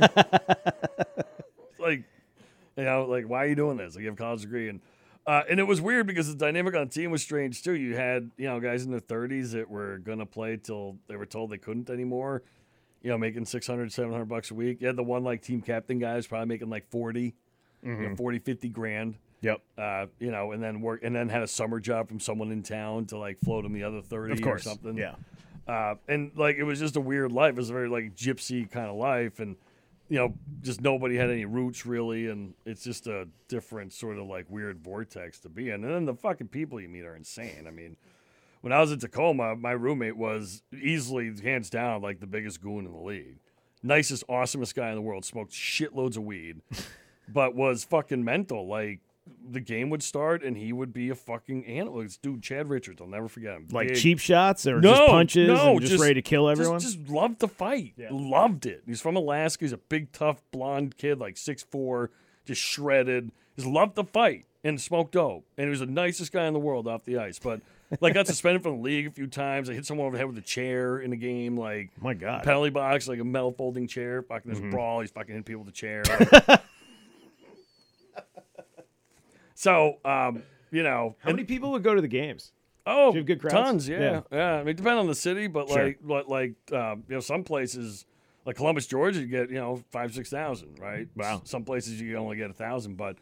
B: like you know, like why are you doing this? Like you have a college degree and uh, and it was weird because the dynamic on the team was strange too. You had, you know, guys in their thirties that were gonna play till they were told they couldn't anymore. You know, making 600, 700
C: Mm-hmm.
B: bucks a week. You had the one like team captain guy was probably making like 40, you know, 40, 50 grand.
C: Yep.
B: uh, you know, and then work and then had a summer job from someone in town to like float him the other thirty
C: Of course.
B: or something.
C: Yeah.
B: uh, and like it was just a weird life. It was a very like gypsy kind of life, and you know, just nobody had any roots really, and it's just a different sort of like weird vortex to be in. And then the fucking people you meet are insane. I mean, when I was in Tacoma, my roommate was easily hands down like the biggest goon in the league, nicest, awesomest guy in the world. Smoked shitloads of weed, but was fucking mental. Like. The game would start and he would be a fucking animal. It's dude, Chad Richards. I'll never forget him.
C: Like
B: Big,
C: cheap shots or
B: no,
C: just punches
B: no,
C: and just, ready to kill
B: just-
C: everyone?
B: Just, loved to fight.
C: Yeah.
B: Loved it. He's from Alaska. He's a big, tough, blonde kid, like 6'4", just shredded. Just loved to fight and smoked dope. And he was the nicest guy in the world off the ice. But like got suspended from the league a few times. I hit someone over the head with a chair in a game. Like
C: My God. Mm-hmm.
B: penalty box, like a metal folding chair. Fucking there's a brawl. He's fucking hitting people with a chair. so um, you know,
C: How many people would go to the games?
B: Oh,
C: Do you have good crowds?
B: tons. Yeah,
C: Yeah.
B: yeah. I mean, depend on the city, but
C: Sure.
B: like, but like, um, you know, some places like Columbus, Georgia, you get you know five, six thousand, right?
C: Wow.
B: S- Some places you only get a thousand, but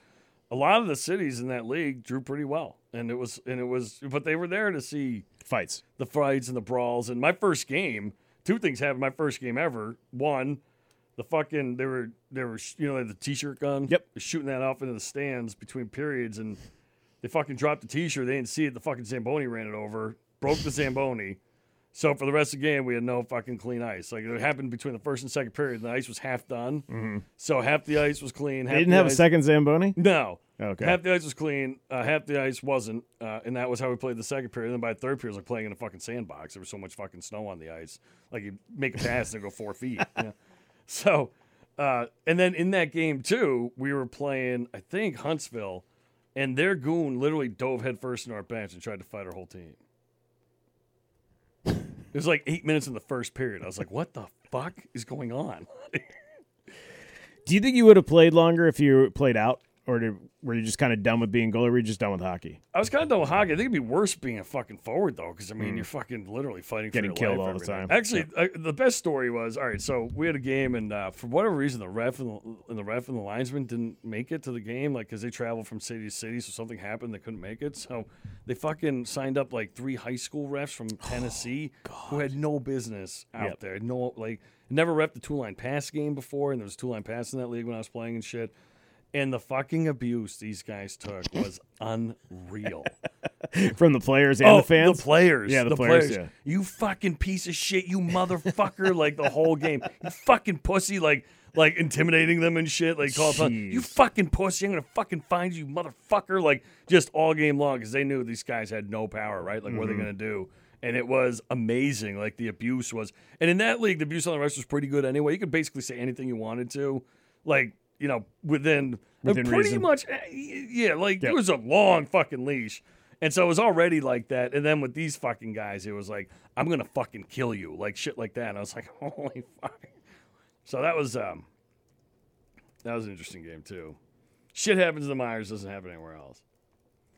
B: a lot of the cities in that league drew pretty well, and it was, and it was, but they were there to see
C: Fights.
B: the fights and the brawls. And my first game, two things happened. My first game ever. One, the fucking they were they were sh- you know they had the t-shirt gun.
C: Yep.
B: They're shooting that off into the stands between periods, and they fucking dropped the t-shirt. They didn't see it. The fucking zamboni ran it over, broke the zamboni. So for the rest of the game, we had no fucking clean ice. Like it happened between the first and second period, and the ice was half done. So half the ice was clean. Half
C: Mm-hmm. They didn't
B: the
C: have a
B: ice-
C: second Zamboni?
B: no.
C: Okay.
B: Half the ice was clean, uh, half the ice wasn't, uh, and that was how we played the second period. And then by the third period, it was like playing in a fucking sandbox. There was so much fucking snow on the ice. Like you make a pass and it go four feet. Yeah. So, uh, and then in that game too, we were playing, I think Huntsville, and their goon literally dove headfirst into our bench and tried to fight our whole team. It was like eight minutes in the first period. I was like, "What the fuck is going on?"
C: Do you think you would have played longer if you played out? Or did, were you just kind of done with being goalie? Were you just done with hockey?
B: I was kind of done with hockey. I think it'd be worse being a fucking forward though, because I mean you're fucking literally fighting
C: Hmm. Getting
B: for your
C: killed
B: life
C: all the
B: every night.
C: time.
B: Actually, I, the best story was all right. So we had a game, and uh, for whatever reason, the ref and the, and the ref and the linesman didn't make it to the game, like because they traveled from city to city, so something happened they couldn't make it. So they fucking signed up like three high school refs from Tennessee who had no business out
C: Yep.
B: there. No, like never ref the two line pass game before, and there was two line pass in that league when I was playing and shit. And the fucking abuse these guys took was unreal.
C: From the players and Oh, the fans?
B: Oh, players.
C: Yeah, the players,
B: players.
C: yeah.
B: You fucking piece of shit, you motherfucker, like the whole game. You fucking pussy, like like intimidating them and shit. Like call upon you
C: Jeez.
B: fucking pussy, I'm gonna fucking find you, motherfucker. Like just all game long, because they knew these guys had no power, right? Like
C: Mm-hmm.
B: what are they gonna do? And it was amazing. Like the abuse was and in that league, the abuse on the refs was pretty good anyway. You could basically say anything you wanted to. Like, you know, within, uh,
C: Within
B: pretty
C: reason.
B: much eh, yeah, like
C: Yep.
B: it was a long fucking leash. And so it was already like that. And then with these fucking guys, it was like, I'm gonna fucking kill you, like shit like that. And I was like, holy fuck. So that was um that was an interesting game too. Shit happens to the Myers, doesn't happen anywhere else.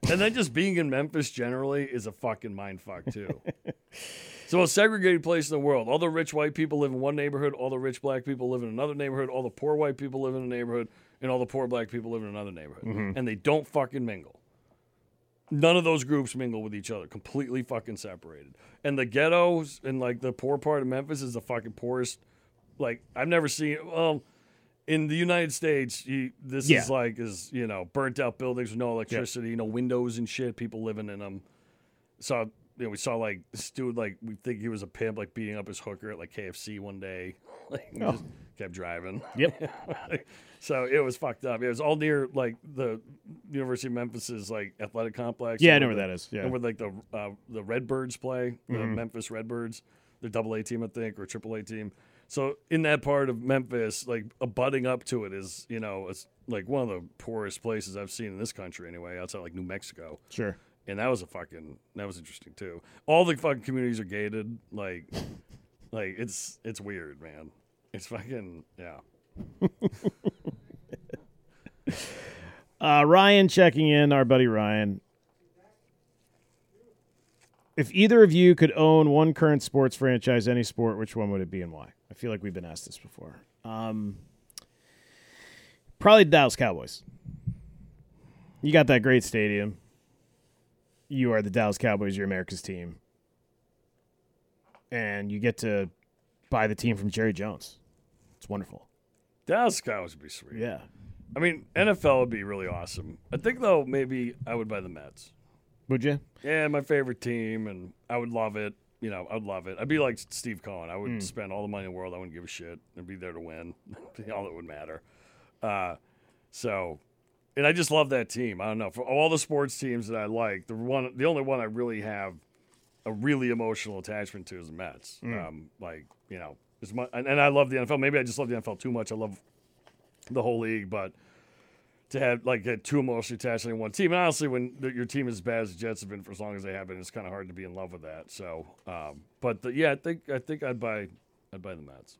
B: And then just being in Memphis generally is a fucking mind fuck too. It's the most segregated place in the world. All the rich white people live in one neighborhood, all the rich black people live in another neighborhood, all the poor white people live in a neighborhood, and all the poor black people live in another neighborhood. And they don't fucking mingle. None of those groups mingle with each other, completely fucking separated. And the ghettos and like the poor part of Memphis is the fucking poorest. Like I've never seen well in the United States, you, this
C: Yeah.
B: is like is you know burnt out buildings with no electricity, no windows and shit. People living in them saw you know, we saw like this dude like we think he was a pimp like beating up his hooker at like KFC one day. Like
C: Oh.
B: we just kept driving.
C: Yep.
B: so it was fucked up. It was all near like the University of Memphis's like athletic complex.
C: Yeah, I
B: and
C: know
B: where
C: where that
B: the-
C: is. Yeah. Mm-hmm.
B: And where like the uh, the Redbirds play, the Memphis Redbirds, the double A team I think or triple A team. So in that part of Memphis, like abutting up to it is, you know, it's like one of the poorest places I've seen in this country anyway, outside like New Mexico
C: Sure.
B: and that was a fucking that was interesting too. All the fucking communities are gated, like, like it's it's weird, man. It's fucking yeah.
C: Uh, Ryan checking in, our buddy Ryan. If either of you could own one current sports franchise, any sport, which one would it be and why? I feel like we've been asked this before. Um, probably Dallas Cowboys. You got that great stadium. You are the Dallas Cowboys, you're America's team. And you get to buy the team from Jerry Jones. It's wonderful.
B: Dallas Cowboys would be sweet.
C: Yeah.
B: I mean, NFL would be really awesome. I think though maybe I would buy the Mets.
C: Would you?
B: Yeah, my favorite team, and I would love it. You know, I'd love it. I'd be like Steve Cohen. I would spend all the money in the world. I wouldn't give a shit. I'd be there to win. all that would matter. Uh, so, and I just love that team. I don't know. For all the sports teams that I like, the one, the only one I really have a really emotional attachment to is the Mets. Um, like you know, as much, and, and I love the NFL. Maybe I just love the NFL too much. I love the whole league, but to have like get too emotionally attached to any one team. And honestly, when th- your team is as bad as the Jets have been for as long as they have been, it's kind of hard to be in love with that. So, um, but the, yeah, I think I think I'd buy I'd buy the Mets.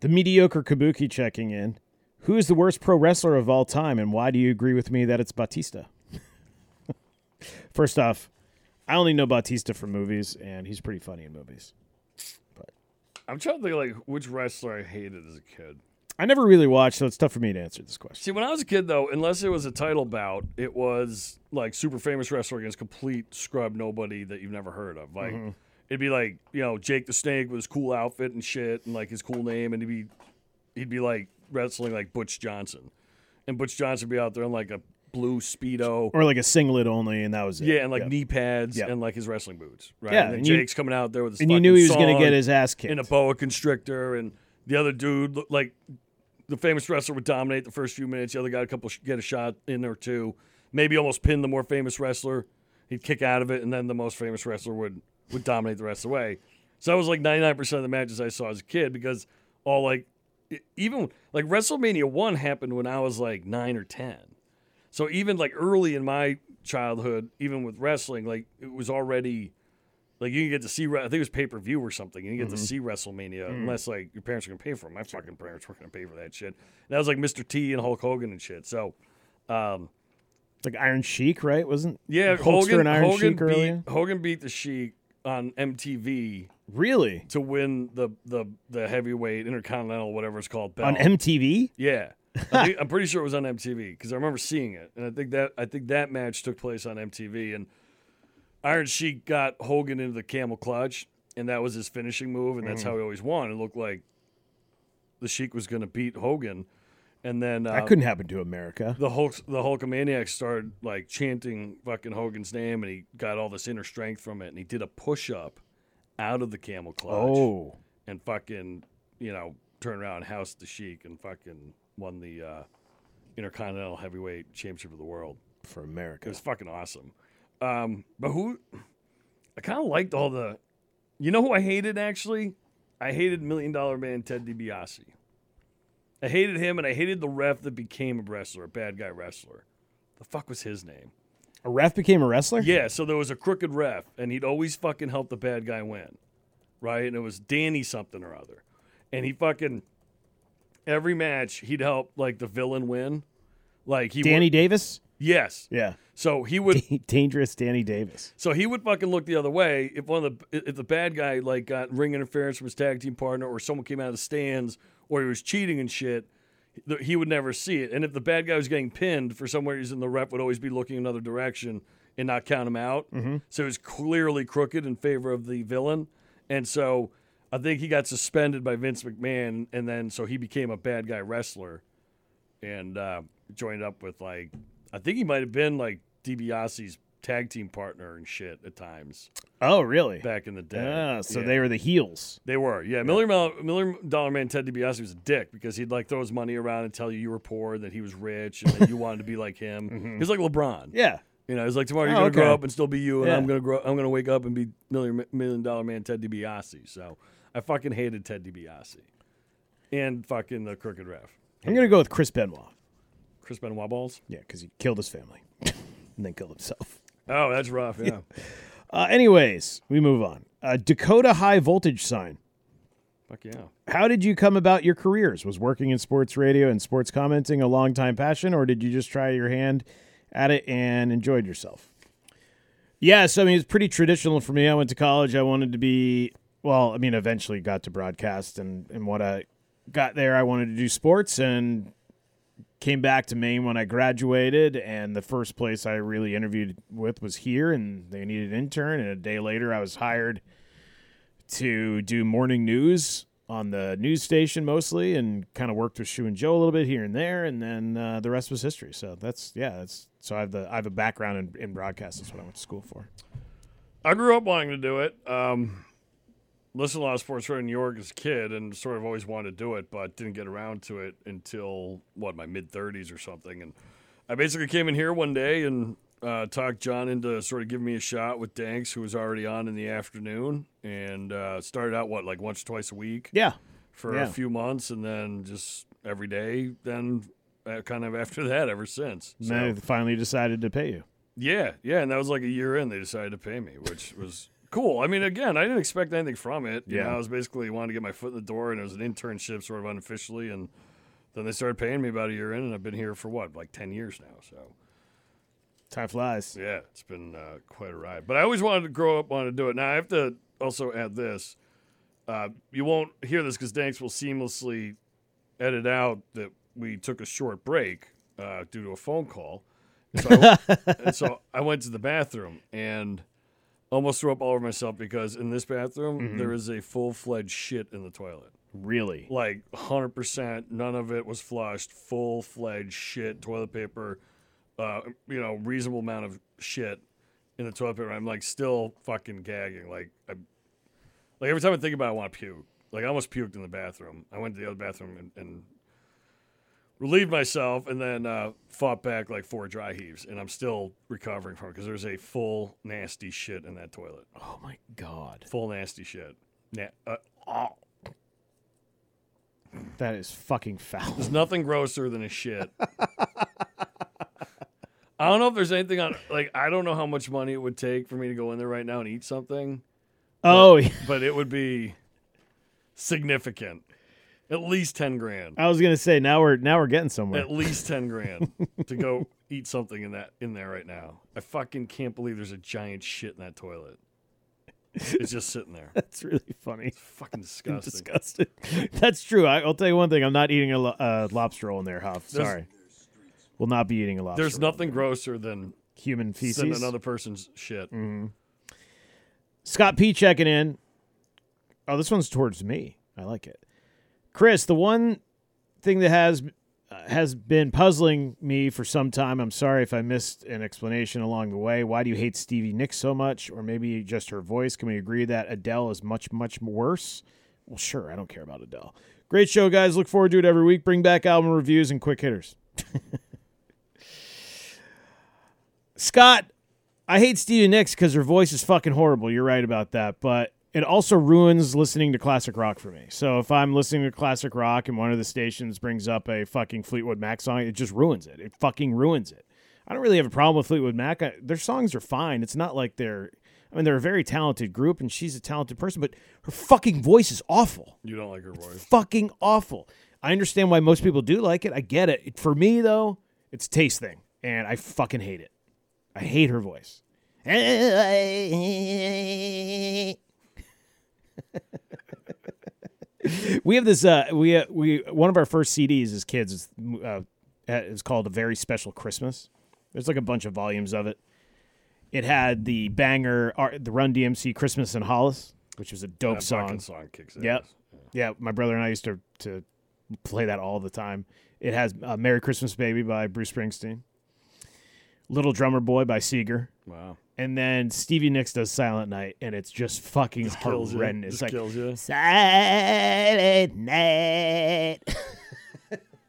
C: The mediocre Kabuki checking in. Who is the worst pro wrestler of all time, and why do you agree with me that it's Batista? First off, I only know Batista from movies, and he's pretty funny in movies.
B: I'm trying to think like which wrestler I hated as a kid.
C: I never really watched, so it's tough for me to answer this question.
B: See, when I was a kid though, unless it was a title bout, it was like super famous wrestler against complete scrub nobody that you've never heard of. Like
C: Mm-hmm.
B: it'd be like you know Jake the Snake with his cool outfit and shit, and like his cool name, and he'd be he'd be like wrestling like Butch Johnson, and Butch Johnson would be out there in like a blue speedo.
C: Or like a singlet only, and that was it.
B: Yeah, and like
C: Yep.
B: knee pads
C: Yep.
B: and like his wrestling boots, right?
C: Yeah,
B: and, then
C: and you-
B: Jake's coming out there with his
C: and you knew he was
B: going to
C: get his ass kicked.
B: in a boa constrictor, and the other dude looked like the famous wrestler would dominate the first few minutes. The other guy, a couple sh- get a shot in or two, maybe almost pin the more famous wrestler. He'd kick out of it, and then the most famous wrestler would would dominate the rest of the way. So that was like ninety nine percent of the matches I saw as a kid because all like e- even like WrestleMania one happened when I was like nine or ten. So even like early in my childhood, even with wrestling, like it was already like you can get to see. I think it was pay per view or something. You can
C: Mm-hmm.
B: get to see WrestleMania
C: Mm.
B: unless like your parents are gonna pay for it. My fucking parents were gonna pay for that shit. And that was like Mr. T and Hulk Hogan and shit. So um,
C: like Iron Sheik, right? Wasn't
B: yeah,
C: Hulkster
B: Hogan
C: and Iron
B: Hogan
C: Sheik
B: beat
C: earlier?
B: Hogan beat the Sheik on MTV
C: Really?
B: to win the the the heavyweight intercontinental whatever it's called belt.
C: On MTV?
B: Yeah, I think, I'm pretty sure it was on MTV because I remember seeing it, and I think that I think that match took place on MTV, and Iron Sheik got Hogan into the camel clutch, and that was his finishing move, and
C: Mm.
B: that's how he always won. It looked like the Sheik was going to beat Hogan, and then uh,
C: That couldn't happen to America.
B: the Hulk the Hulkamaniacs started like chanting fucking Hogan's name, and he got all this inner strength from it, and he did a push up out of the camel clutch
C: Oh.
B: and fucking you know turn around and house the Sheik and fucking won the uh, Intercontinental Heavyweight Championship of the World.
C: For
B: It
C: America.
B: was fucking awesome. Um, but who I kind of liked all the, you know who I hated actually? I hated Million Dollar Man Ted DiBiase. I hated him and I hated the ref that became a wrestler, a bad guy wrestler. The fuck was his name?
C: A ref became a wrestler?
B: Yeah, so there was a crooked ref, and he'd always fucking help the bad guy win, right? And it was Danny something or other, and he fucking every match he'd help like the villain win, like he
C: Danny
B: Would,
C: Davis?
B: yes,
C: Yeah.
B: so he would.
C: Dangerous Danny Davis.
B: So he would fucking look the other way if one of the if the bad guy like got ring interference from his tag team partner or someone came out of the stands or he was cheating and shit, th- he would never see it. And if the bad guy was getting pinned for some reason, the ref would always be looking another direction and not count him out. So it was clearly crooked in favor of the villain. And so I think he got suspended by Vince McMahon, and then so he became a bad guy wrestler and uh, joined up with like I think he might have been like DiBiase's tag team partner and shit at times
C: Oh, really?
B: back in the day.
C: Ah, so
B: Yeah.
C: they were the heels.
B: they were yeah. Million Dollar, Million Dollar Man Ted DiBiase was a dick because he'd like throw his money around and tell you you were poor and that he was rich and that you wanted to be like him. He was like LeBron.
C: Mm-hmm. Yeah.
B: You know, he's like tomorrow
C: Oh,
B: you're gonna
C: okay.
B: grow up and still be you, and
C: Yeah.
B: I'm gonna grow. I'm gonna wake up and be million million dollar man Ted DiBiase. So I fucking hated Ted DiBiase, and fucking the crooked ref,
C: I'm going to go with Chris Benoit.
B: Chris Benoit balls.
C: Yeah, because he killed his family and then killed himself.
B: Oh, that's rough. Yeah.
C: Uh, anyways, we move on. Uh, Dakota High Voltage Sign.
B: Fuck yeah.
C: How did you come about your careers? Was working in sports radio and sports commenting a long time passion, or did you just try your hand at it and enjoyed yourself? Yeah, so I mean, it's pretty traditional for me. I went to college. I wanted to be, well, I mean, eventually got to broadcast, and, and what I got there, I wanted to do sports, and came back to Maine when I graduated, and the first place I really interviewed with was here, and they needed an intern. And a day later, I was hired to do morning news on the news station mostly, and kind of worked with Shu and Joe a little bit here and there, and then uh, the rest was history. So that's yeah, that's so I have the I have a background in, in broadcast. That's what I went to school for.
B: I grew up wanting to do it. Um, listened to a lot of sports radio in New York as a kid, and sort of always wanted to do it, but didn't get around to it until what my mid thirties or something. And I basically came in here one day and uh, talked John into sort of giving me a shot with Danks, who was already on in the afternoon, and uh, started out what like once or twice a week
C: Yeah,
B: for
C: Yeah.
B: a few months, and then just every day. Then uh, kind of after that, ever since.
C: and then they finally decided to pay you.
B: Yeah, yeah, and that was like a year in. They decided to pay me, which was cool. I mean, again, I didn't expect anything from it. You
C: Yeah.
B: know, I was basically wanting to get my foot in the door, and it was an internship, sort of unofficially, and then they started paying me about a year in, and I've been here for what, like ten years now. So
C: Time flies.
B: yeah, it's been uh, quite a ride. But I always wanted to grow up, wanted to do it. Now I have to also add this. Uh, you won't hear this because Danks will seamlessly edit out that we took a short break uh, due to a phone call. And so, I, and so I went to the bathroom and almost threw up all over myself because in this bathroom there is a full fledged shit in the toilet.
C: Really?
B: Like 100%, none of it was flushed, full fledged shit, toilet paper, uh, you know, reasonable amount of shit in the toilet paper. I'm like still fucking gagging. Like, I, like every time I think about it, I want to puke. Like, I almost puked in the bathroom. I went to the other bathroom and, and relieved myself and then uh, fought back like four dry heaves. And I'm still recovering from it because there's a full nasty shit in that toilet.
C: Oh my god,
B: Full nasty shit. Na- uh,
C: that is fucking foul.
B: There's nothing grosser than a shit. I don't know if there's anything on like I don't know how much money it would take for me to go in there right now and eat something,
C: Oh, yeah.
B: but it would be significant. At least 10 grand.
C: I was gonna say now we're now we're getting somewhere.
B: At least 10 grand to go eat something in that in there right now. I fucking can't believe there's a giant shit in that toilet. It's just sitting there.
C: That's really funny.
B: Fucking disgusting.
C: Disgusting. That's true. I, I'll tell you one thing. I'm not eating a lo- uh, lobster roll in there, Huff.
B: There's-
C: Sorry. Will not be eating a lobster.
B: There's
C: roll.
B: nothing grosser than
C: Human
B: sitting
C: feces. Mm.
B: another person's shit.
C: Scott P checking in. Oh, this one's towards me. I like it. Chris, the one thing that has uh, has been puzzling me for some time. I'm sorry if I missed an explanation along the way. Why do you hate Stevie Nicks so much, or maybe just her voice? Can we agree that Adele is much much worse? Well, sure. I don't care about Adele. Great show, guys. Look forward to it every week. Bring back album reviews and quick hitters. Scott, I hate Stevie Nicks because her voice is fucking horrible. You're right about that, but it also ruins listening to classic rock for me. So if I'm listening to classic rock and one of the stations brings up a fucking Fleetwood Mac song, it just ruins it. It fucking ruins it. I don't really have a problem with Fleetwood Mac. I, their songs are fine. It's not like they're. I mean, they're a very talented group, and she's a talented person, but her fucking voice is awful
B: You don't like her voice.
C: fucking awful. I understand why most people do like it. I get it. For me though, it's a taste thing, and I fucking hate it. I hate her voice. we have this. Uh, we uh, we one of our first CDs as kids is uh, is called "A Very Special Christmas." There's like a bunch of volumes of it. It had the banger, uh, the Run DMC "Christmas in Hollis," which was a dope
B: That
C: song.
B: fucking song kicks ass.
C: Yep. Yeah, my brother and I used to to play that all the time. It has uh, "Merry Christmas, Baby" by Bruce Springsteen, "Little Drummer Boy" by Seeger,
B: Wow.
C: and then Stevie Nicks does "Silent Night," and it's just fucking
B: kills you.
C: horrendous.
B: Just
C: like
B: kills you.
C: "Silent Night."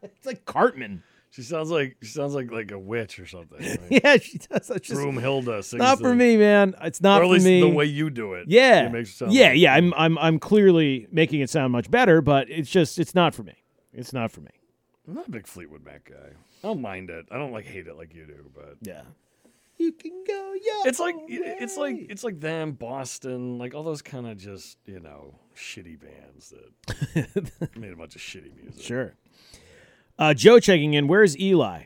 C: it's like Cartman.
B: She sounds like she sounds like like a witch or something. Like
C: Yeah, she does. That's just
B: Broomhilda sings
C: not
B: the-
C: for me, man. It's not
B: Or at least
C: for me.
B: the way you do it.
C: Yeah.
B: It makes it sound
C: yeah,
B: like-
C: yeah. I'm I'm I'm clearly making it sound much better, but it's just it's not for me. It's not for me.
B: I'm not a big Fleetwood Mac guy. I don't mind it. I don't like hate it like you do, but
C: Yeah. You can go, yeah.
B: it's like it's like it's like them, Boston, like all those kind of just, you know, shitty bands that made a bunch of shitty music.
C: Sure. Uh, Joe checking in. Where's Eli?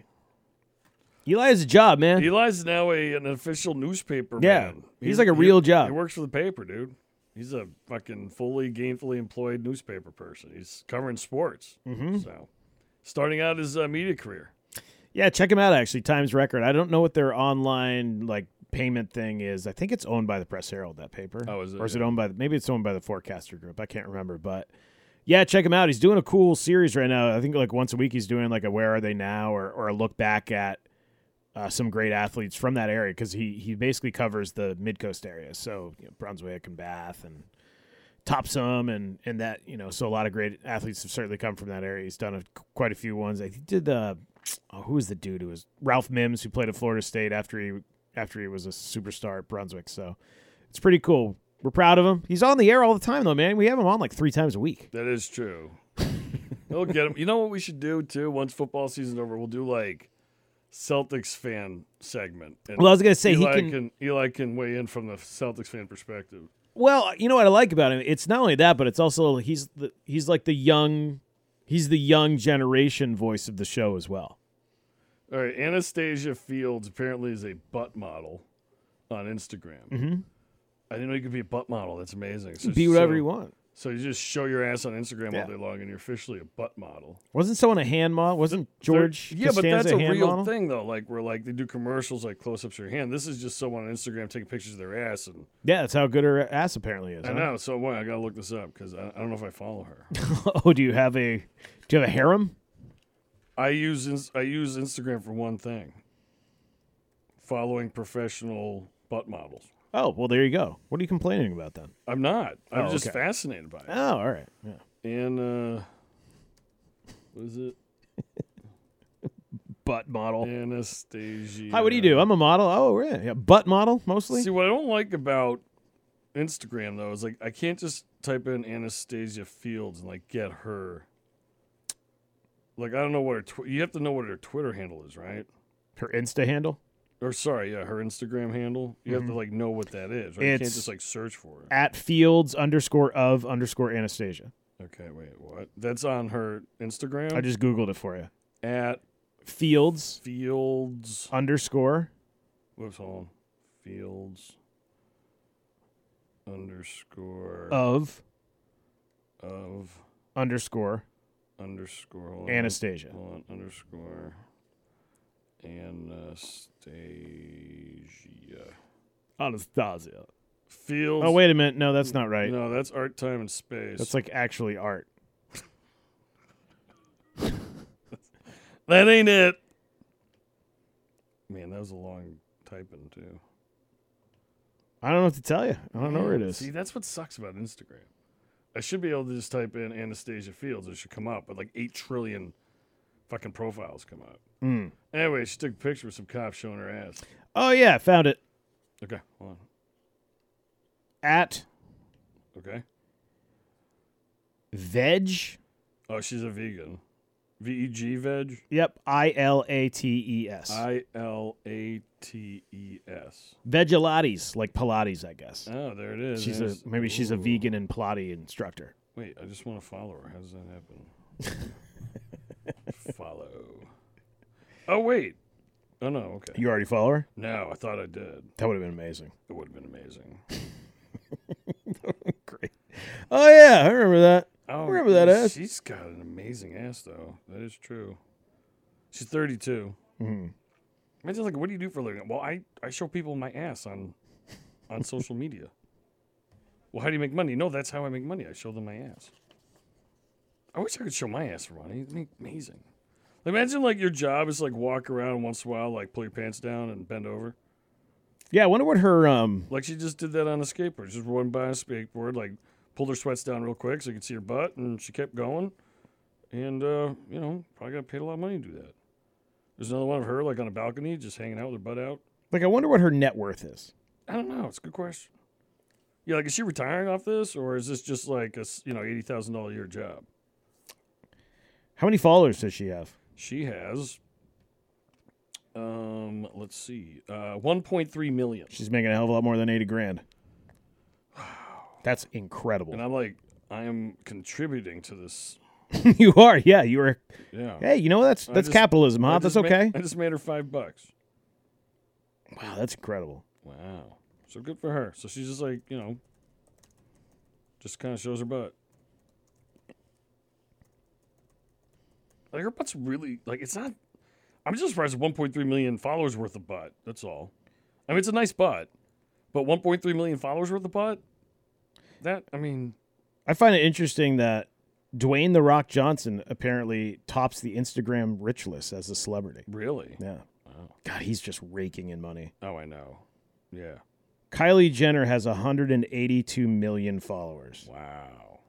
C: Eli has a job, man.
B: Eli's now a, an official newspaper
C: Yeah.
B: man.
C: He's like a real
B: he,
C: job.
B: He works for the paper, dude. He's a fucking fully gainfully
C: Mm-hmm.
B: employed newspaper person. He's covering sports. So, starting out his uh, media career.
C: Yeah, check them out. Actually, Times Record. I don't know what their online like payment thing is. I think it's owned by the Press Herald. That paper.
B: Oh, is it?
C: Or is it
B: Yeah.
C: owned by? The, maybe it's owned by the Forecaster Group. I can't remember, but. Yeah, check him out. He's doing a cool series right now. I think like once a week he's doing like a "Where Are They Now" or or a look back at uh, some great athletes from that area because he he basically covers the mid coast area, so you know, Brunswick and Bath and Topsom and and that you know so a lot of great athletes have certainly come from that area. He's done a, quite a few ones. I think he did uh, oh, who was the dude who was Ralph Mims who played at Florida State after he after he was a superstar at Brunswick. So it's pretty cool. We're proud of him. He's on the air all the time though, man. We have him on like three times a week.
B: That is true. They'll get them. You know what we should do too? Once football season's over, we'll do like Celtics fan segment. And
C: Well, I was gonna say
B: Eli
C: he can,
B: Eli can weigh in from the Celtics fan perspective.
C: Well, you know what I like about him? It's not only that, but it's also he's the, he's like the young, he's the young generation voice of the show as well.
B: All right, Anastasia Fields apparently is a butt model on Instagram. Mm-hmm. I didn't know you could be a butt model. That's amazing. So,
C: Be whatever
B: so-
C: you want.
B: So you just show your ass on Instagram
C: Yeah.
B: all day long, and you're officially a butt model.
C: Wasn't someone a hand model? Wasn't George?
B: They're- yeah, but that's
C: Costanza
B: a
C: hand
B: real
C: model?
B: thing though. Like where like they do commercials like close ups of your hand. This is just someone on Instagram taking pictures of their ass and
C: Yeah, that's how good her ass apparently is.
B: I
C: huh?
B: know. So what? I gotta look this up because I, I don't know if I follow her.
C: oh, do you have a do you have a harem?
B: I use ins- I use Instagram for one thing: following professional butt models.
C: Oh, well, there you go. What are you complaining about then?
B: I'm not. I'm
C: Oh,
B: just
C: okay.
B: fascinated by it.
C: Oh, all right. Yeah.
B: And uh, what is it?
C: Butt model.
B: Anastasia.
C: Hi, what do you do? I'm a model. Oh, yeah, yeah. butt model mostly.
B: See what I don't like about Instagram though is like I can't just type in Anastasia Fields and like get her. Like I don't know what her tw- you have to know what her Twitter handle is, right?
C: Her Insta handle
B: Or sorry, yeah, her Instagram handle. You have to like know what that is. Right? You can't
C: Mm-hmm. It's-
B: just like search for it.
C: at Fields underscore of underscore Anastasia.
B: Okay, wait, what? That's on her Instagram
C: I just googled it for you.
B: at
C: Fields
B: Fields.
C: underscore
B: Whoops, hold on. Fields underscore
C: of
B: of
C: underscore
B: underscore hold on.
C: Anastasia.
B: Hold on, underscore Anastasia
C: Anastasia.
B: Fields.
C: Oh wait a minute, no, that's not right.
B: No, that's art, time, and space.
C: That's like actually art.
B: that ain't it. Man, that was a long typing too.
C: I don't know what to tell you. I don't know where it
B: See,
C: is.
B: that's what sucks about Instagram. I should be able to just type in Anastasia Fields. It should come up, but like eight trillion fucking profiles come up.
C: Mm.
B: Anyway, she took a picture with some cops showing her ass.
C: Oh yeah, found it
B: Okay, hold on.
C: at
B: Okay.
C: veg.
B: Oh, she's a vegan. V E G veg.
C: Yep, I L A T E S.
B: I L A T E S.
C: Vegelates, like Pilates, I guess.
B: Oh, there it is.
C: She's a
B: There's-
C: maybe she's a
B: ooh.
C: vegan and Pilates instructor.
B: Wait, I just want to follow her. How does that happen? follow. Oh wait. Oh no. Okay.
C: You already follow her?
B: No, I thought I did.
C: That would have been amazing.
B: It would have been amazing.
C: Great. Oh yeah, I remember that.
B: Oh,
C: remember that ass.
B: She's got an amazing ass, though. That is true. She's 32.
C: Mhm.
B: Imagine like, what do you do for a living? Well, I I show people my ass on on social media. Well, how do you make money? No, that's how I make money. I show them my ass. I wish I could show my ass for money. It'd be amazing. Like, imagine like your job is like walk around once in a while, like pull your pants down and bend over.
C: Yeah, I wonder what her um
B: Like she just did that on a skateboard. Just run by a skateboard, like pulled her sweats down real quick so you could see her butt, and she kept going. And uh, you know, probably got paid a lot of money to do that. There's another one of her like on a balcony, just hanging out with her butt out.
C: like I wonder what her net worth is.
B: I don't know. It's a good question. Yeah, like is she retiring off this, or is this just like a s- you know eighty thousand dollar a year job?
C: How many followers does she have?
B: She has, um, let's see, uh, one point three million.
C: She's making a hell of a lot more than 80 grand. That's incredible.
B: And I'm like, I am contributing to this.
C: you are, yeah, you are.
B: Yeah.
C: Hey, you know what? that's that's
B: just-
C: capitalism,
B: I
C: huh?
B: just
C: That's
B: ma-
C: okay.
B: I just made her five bucks.
C: wow, that's incredible.
B: Wow. So good for her. So she's just like, you know, just kind of shows her butt. Like her butt's really like it's not. I'm just surprised at 1.3 million followers worth of butt. That's all. I mean, it's a nice butt, but 1.3 million followers worth of butt. That I mean,
C: I find it interesting that Dwayne the Rock Johnson apparently tops the Instagram rich list as a celebrity.
B: really?
C: Yeah. God, he's just raking in money.
B: Oh, I know. Yeah.
C: Kylie Jenner has 182 million followers.
B: Wow.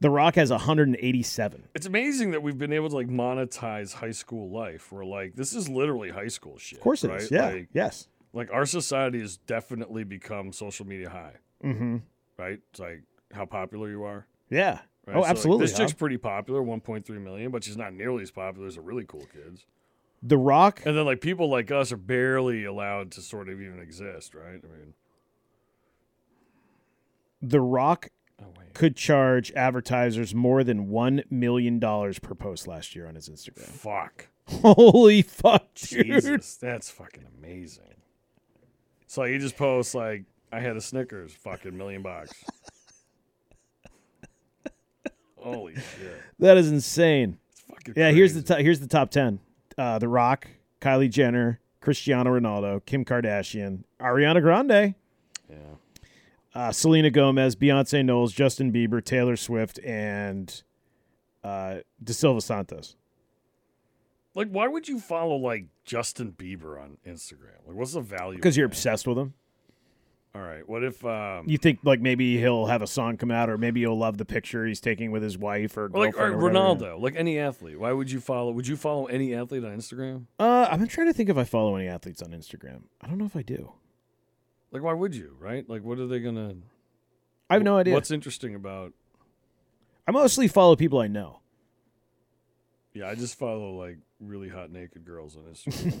C: The Rock has 187.
B: It's amazing that we've been able to like monetize high school life. We're like, this is literally high school shit.
C: Of course it
B: right?
C: is. Yeah.
B: Like,
C: yes.
B: like our society has definitely become social media high,
C: Mm-hmm.
B: right? It's like how popular you are.
C: Yeah.
B: Right? So,
C: Oh,
B: like,
C: absolutely.
B: this
C: Al.
B: chick's pretty popular, 1.3 million, but she's not nearly as popular as the really cool kids.
C: the Rock.
B: And then like people like us are barely allowed to sort of even exist, right? I mean,
C: The Rock
B: oh wait,
C: could charge advertisers more than one million dollars per post last year on his Instagram.
B: fuck,
C: Holy fuck, dude!
B: Jesus, that's fucking amazing. So like, he just posts like, "I had a Snickers, fucking million bucks." Holy shit,
C: That is insane.
B: it's fucking
C: Yeah, here's the
B: crazy.
C: to- here's the top ten: uh, The Rock, Kylie Jenner, Cristiano Ronaldo, Kim Kardashian, Ariana Grande,
B: yeah.
C: uh, Selena Gomez, Beyonce Knowles, Justin Bieber, Taylor Swift, and uh, De Silva Santos.
B: Like, why would you follow like Justin Bieber on Instagram? Like, what's the value?
C: Because
B: of
C: you're
B: that?
C: obsessed with him.
B: All right. What if um,
C: You think like maybe he'll have a song come out, or maybe you'll love the picture he's taking with his wife or
B: or like or
C: girlfriend. or whatever.
B: Ronaldo, like any athlete? Why would you follow? Would you follow any athlete on Instagram?
C: Uh, I've been trying to think if I follow any athletes on Instagram. I don't know if I do.
B: Like, why would you? Right? Like, what are they gonna?
C: I have no idea.
B: What's interesting about?
C: I mostly follow people I know.
B: Yeah, I just follow like really hot naked girls on Instagram.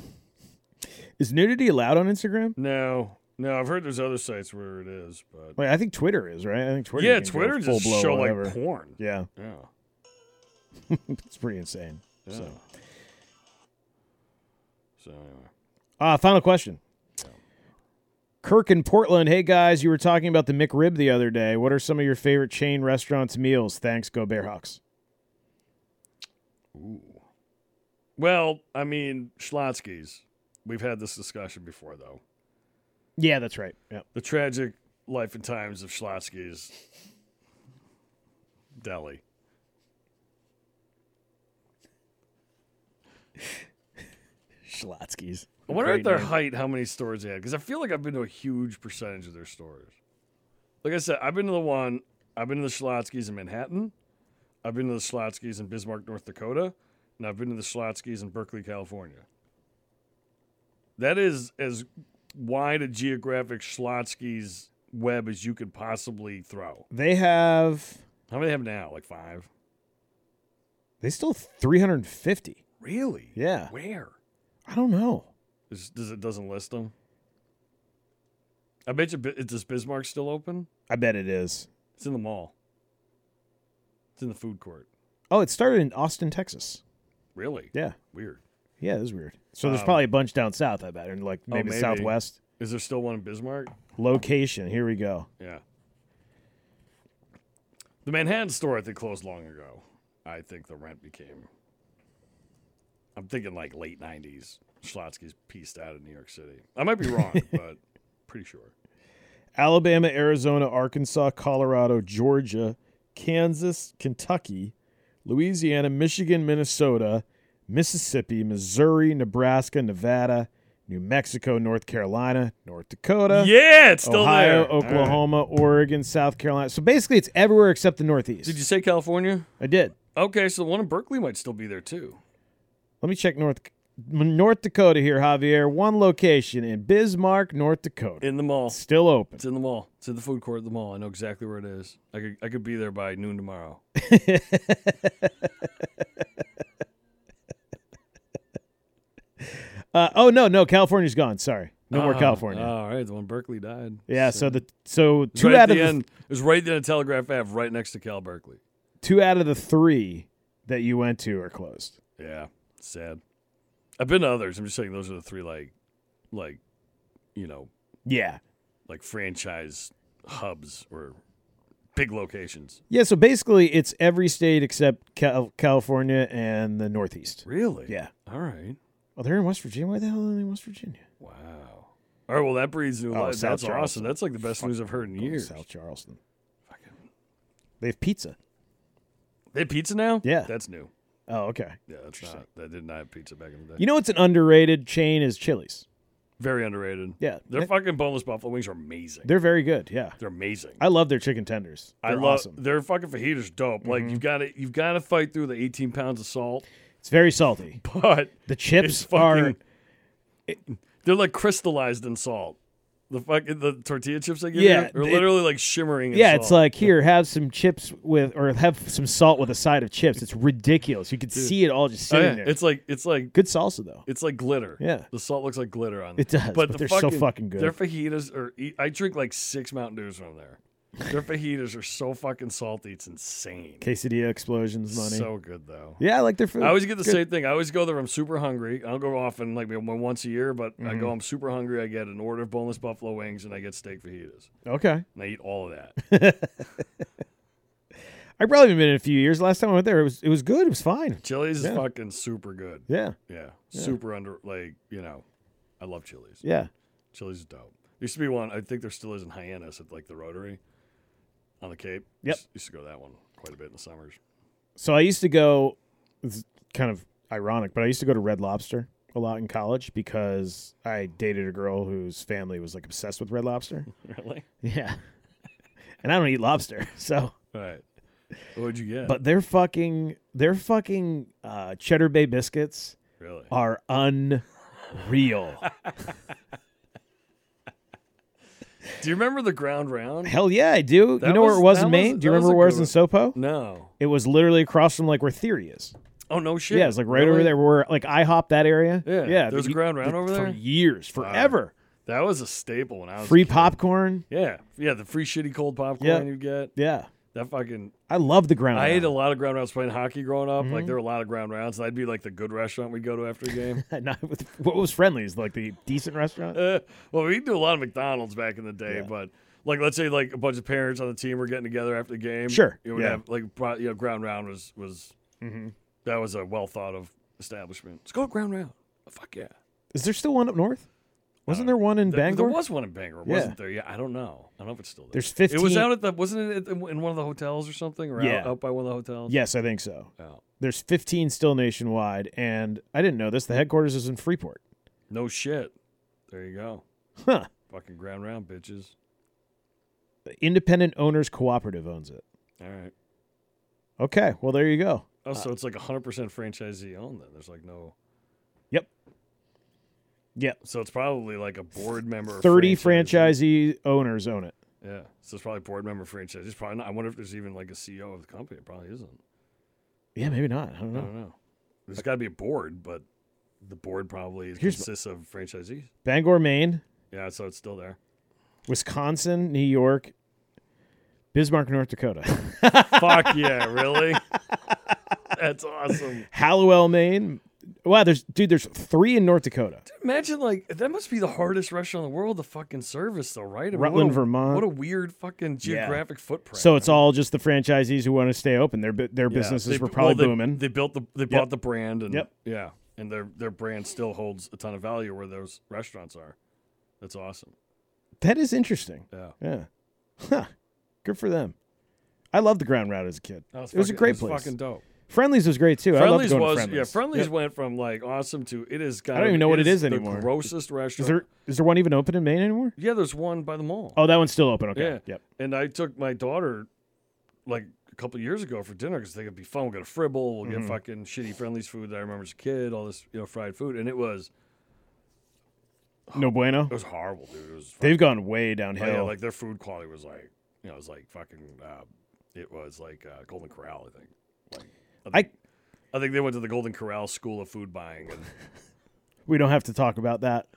C: Is nudity allowed on Instagram?
B: no, no, I've heard there's other sites where it is, but
C: Wait, I think Twitter is right. I think Twitter.
B: yeah,
C: you can go
B: Twitter
C: full
B: just
C: blow
B: show
C: whatever.
B: like porn.
C: yeah,
B: Yeah.
C: it's pretty insane.
B: yeah. So.
C: So.
B: anyway,
C: Uh, final question. Kirk in Portland. Hey guys, you were talking about the McRib the other day. What are some of your favorite chain restaurants meals? Thanks, go Bearhawks.
B: ooh. Well, I mean Schlotsky's. We've had this discussion before, though.
C: Yeah, that's right. Yeah.
B: The tragic life and times of Schlotsky's deli.
C: Schlotsky's.
B: I wonder
C: Great
B: at their
C: name.
B: height how many stores they had because I feel like I've been to a huge percentage of their stores. Like I said, I've been to the one, I've been to the Schlotsky's in Manhattan, I've been to the Schlotsky's in Bismarck, North Dakota, and I've been to the Schlotsky's in Berkeley, California. That is as wide a geographic Schlotsky's web as you could possibly throw.
C: They have.
B: How many they have now? Like five?
C: They still have 350.
B: Really?
C: Yeah.
B: Where?
C: I don't know.
B: Is, does it doesn't list them? I bet you. Bi- Is this Bismarck still open?
C: I bet it is.
B: It's in the mall. It's in the food court.
C: Oh, it started in Austin, Texas.
B: Really?
C: Yeah.
B: Weird.
C: Yeah, it is weird. So there's
B: Um, oh,
C: probably a bunch down south, I bet, and like maybe,
B: maybe.
C: southwest.
B: Is there still one in Bismarck?
C: Location. Here we go.
B: Yeah. The Manhattan store I think closed long ago. I think the rent became. I'm thinking like late '90s. Schlotsky's pieced out of New York City. I might be wrong, but pretty sure.
C: Alabama, Arizona, Arkansas, Colorado, Georgia, Kansas, Kentucky, Louisiana, Michigan, Minnesota, Mississippi, Missouri, Nebraska, Nevada, New Mexico, North Carolina, North Dakota,
B: Yeah, it's still
C: Ohio,
B: there. All right.
C: Oklahoma, Oregon, South Carolina. So basically, it's everywhere except the Northeast.
B: Did you say California?
C: I did.
B: Okay, so the one in Berkeley might still be there too.
C: Let me check North North Dakota here, Javier. One location in Bismarck, North Dakota.
B: In the mall.
C: Still open.
B: It's in the mall. It's in the food court at the mall. I know exactly where it is. I could I could be there by noon tomorrow.
C: Uh, oh no, no, California's gone. Sorry, no more
B: Ah,
C: California.
B: All right, the one Berkeley died.
C: yeah, so the so
B: It's
C: two
B: right at
C: out of
B: the
C: the
B: end. It was right there on Telegraph Ave, right next to Cal Berkeley.
C: two out of the three that you went to are closed.
B: Yeah, sad. I've been to others. I'm just saying those are the three like, like, you know,
C: Yeah,
B: like franchise hubs or big locations.
C: Yeah, so basically it's every state except Cal- California and the Northeast.
B: Really?
C: Yeah.
B: All right.
C: Oh, they're in West Virginia. Why the hell are they in West Virginia?
B: Wow. All right. Well, that breeds new
C: Oh,
B: life.
C: South
B: That's awesome.
C: Charleston.
B: That's like the best news I've heard in
C: Go to
B: years.
C: Oh, South Charleston. They have pizza.
B: They have pizza now?
C: Yeah.
B: That's new.
C: Oh, okay.
B: Yeah, that's
C: Interesting.
B: not. That did not have pizza back in the day.
C: You know what's an underrated chain is Chili's.
B: Very underrated.
C: Yeah.
B: Their
C: They-
B: fucking boneless buffalo wings are amazing. They're,
C: They're very good. Yeah.
B: amazing.
C: I love their chicken tenders.
B: I
C: They're
B: love
C: awesome. Mm-hmm.
B: their fucking fajitas dope. Like you've got to you've got to fight through the 18 pounds of salt,
C: It's very salty.
B: but
C: The
B: it's
C: chips
B: fucking
C: are
B: they're like crystallized in salt. The fucking the tortilla chips they give
C: Yeah,
B: you are
C: it-
B: literally like shimmering. In
C: Yeah,
B: salt.
C: it's like here, have some chips with or have some salt with a side of chips. It's ridiculous. You can see it all just
B: Oh,
C: sitting
B: yeah.
C: there.
B: it's like it's like
C: good salsa though.
B: It's like glitter.
C: Yeah.
B: The salt looks like glitter on them.
C: It does, but
B: the
C: they're so fucking good.
B: Their fajitas are. e- I drink like six Mountain Dews from there. Their fajitas are so fucking salty. It's insane.
C: Quesadilla explosions money.
B: So good though.
C: yeah, I like their food.
B: I always get the
C: Good.
B: same thing. I always go there. I'm super hungry. I don't go often, like maybe once a year, but I
C: Mm-hmm.
B: go. I'm super hungry. I get an order of boneless buffalo wings and I get steak fajitas.
C: Okay.
B: And I eat all of that.
C: I probably haven't been in a few years. Last time I went there, it was it was good. It was fine.
B: Chili's
C: Yeah.
B: is fucking super good.
C: Yeah.
B: Yeah. Super under like you know, I love Chili's.
C: Yeah.
B: Chili's is dope. There used to be one. I think there still is in Hyannis at like the Rotary on the Cape.
C: Yep.
B: Used, used to go to that one quite a bit in the summers.
C: So I used to go it's kind of ironic, but I used to go to Red Lobster a lot in college because I dated a girl whose family was like obsessed with Red Lobster.
B: Really?
C: Yeah. and I don't eat lobster. So
B: Right. What'd you get?
C: but their fucking their fucking uh, cheddar bay biscuits
B: really?
C: are unreal.
B: Do you remember the ground round?
C: Hell yeah, I do.
B: That
C: you know where
B: was-
C: it was
B: that was-
C: in Maine? Do you
B: that was
C: remember
B: a
C: where it
B: good
C: was in Sopo?
B: No.
C: It was literally across from like where Theory is.
B: Oh no shit.
C: Yeah, it's like right over
B: Really?
C: there where like IHOP that area.
B: Yeah,
C: yeah.
B: there's
C: but
B: a
C: you-
B: Ground Round
C: the-
B: over there?
C: for years, forever.
B: That was a staple when I was
C: Free
B: a kid.
C: popcorn.
B: Yeah, yeah. The free shitty cold popcorn
C: Yeah.
B: you get.
C: Yeah,
B: That fucking.
C: I love the ground.
B: I ate a
C: round.
B: lot of ground rounds playing hockey growing up.
C: Mm-hmm.
B: Like there were a lot of ground rounds. That'd be like the good restaurant we would go to after a game.
C: Not with- what was friendlies like the decent restaurant.
B: Uh, well, we do a lot of McDonald's back in the day,
C: Yeah.
B: but like let's say like a bunch of parents on the team were getting together after the game.
C: Sure,
B: you would
C: yeah. Mm-hmm.
B: have like pro- you know ground round was was that was a well thought of establishment. Let's go to ground round. Oh, Fuck yeah.
C: Is there still one up north? Wasn't there one in
B: uh, Th-
C: Bangor?
B: There was one in Bangor,
C: Yeah.
B: wasn't there? Yeah, I don't know. I don't know if it's still there.
C: There's
B: It was
C: 15
B: out at the wasn't it at the, in one of the hotels or something? Or out,
C: Yeah.
B: out by one of the hotels.
C: Yes, I think so.
B: Oh.
C: There's 15 still nationwide, and I didn't know this. The headquarters is in Freeport.
B: No shit. There you go.
C: Huh.
B: Fucking ground round bitches.
C: The Independent Owners Cooperative owns it.
B: All right.
C: Okay, well there you go.
B: Oh, so it's like 100% franchisee owned then. There's like no.
C: Yep. Yep.
B: So it's probably like a board member. or
C: 30
B: franchisee.
C: franchisee owners own it.
B: Yeah. So it's probably board member franchise. It's probably not. I wonder if there's even like a CEO of the company. It probably isn't.
C: Yeah, maybe not. I don't
B: I
C: know.
B: don't know. There's got to be a board, but the board probably
C: Here's my-
B: consists of franchisees.
C: Bangor, Maine,
B: Yeah. So it's still there.
C: Wisconsin, New York, Bismarck, North Dakota,
B: Fuck yeah. Really? That's awesome.
C: Hallowell, Maine. Wow, there's dude, there's three in North Dakota.
B: Imagine like that must be the hardest restaurant in the world to fucking service though, right? I mean,
C: Rutland,
B: what a,
C: Vermont.
B: What a weird fucking geographic footprint.
C: So it's all just the franchisees who want to stay open. Their bu- their
B: Yeah,
C: businesses
B: they-
C: were probably
B: well, they-
C: booming.
B: They built the they bought the brand and
C: Yep.
B: yeah, and their their brand still holds a ton of value where those restaurants are. That's awesome.
C: that is interesting.
B: Yeah,
C: Yeah. Huh. Good for them. I loved the ground route as a kid.
B: That
C: it was a
B: fucking-
C: great
B: that
C: place.
B: Fucking dope.
C: Friendlies was great too. I loved
B: Friendlies
C: going
B: was
C: to Friendlies.
B: yeah. Friendlies
C: Yep.
B: went from like awesome to it is. Kind
C: don't
B: of,
C: even know what it is
B: the
C: anymore.
B: Grossest restaurant.
C: Is there is there one even open in Maine anymore?
B: Yeah, there's one by the mall.
C: Oh, that one's still open. Okay.
B: Yeah.
C: Yep.
B: And I took my daughter like a couple years ago for dinner because they could be fun. We'll get a fribble. We'll
C: Mm-hmm.
B: get fucking shitty friendlies food that I remember as a kid. All this you know fried food, and it was
C: No bueno.
B: it was horrible, dude. It was fucking,
C: They've gone way downhill.
B: oh, yeah, like their food quality was like you know it was like fucking uh, it was like uh, Golden Corral, I think. Like, I
C: I-
B: think, I think they went to the Golden Corral School of Food Buying. And,
C: we don't have to talk about that.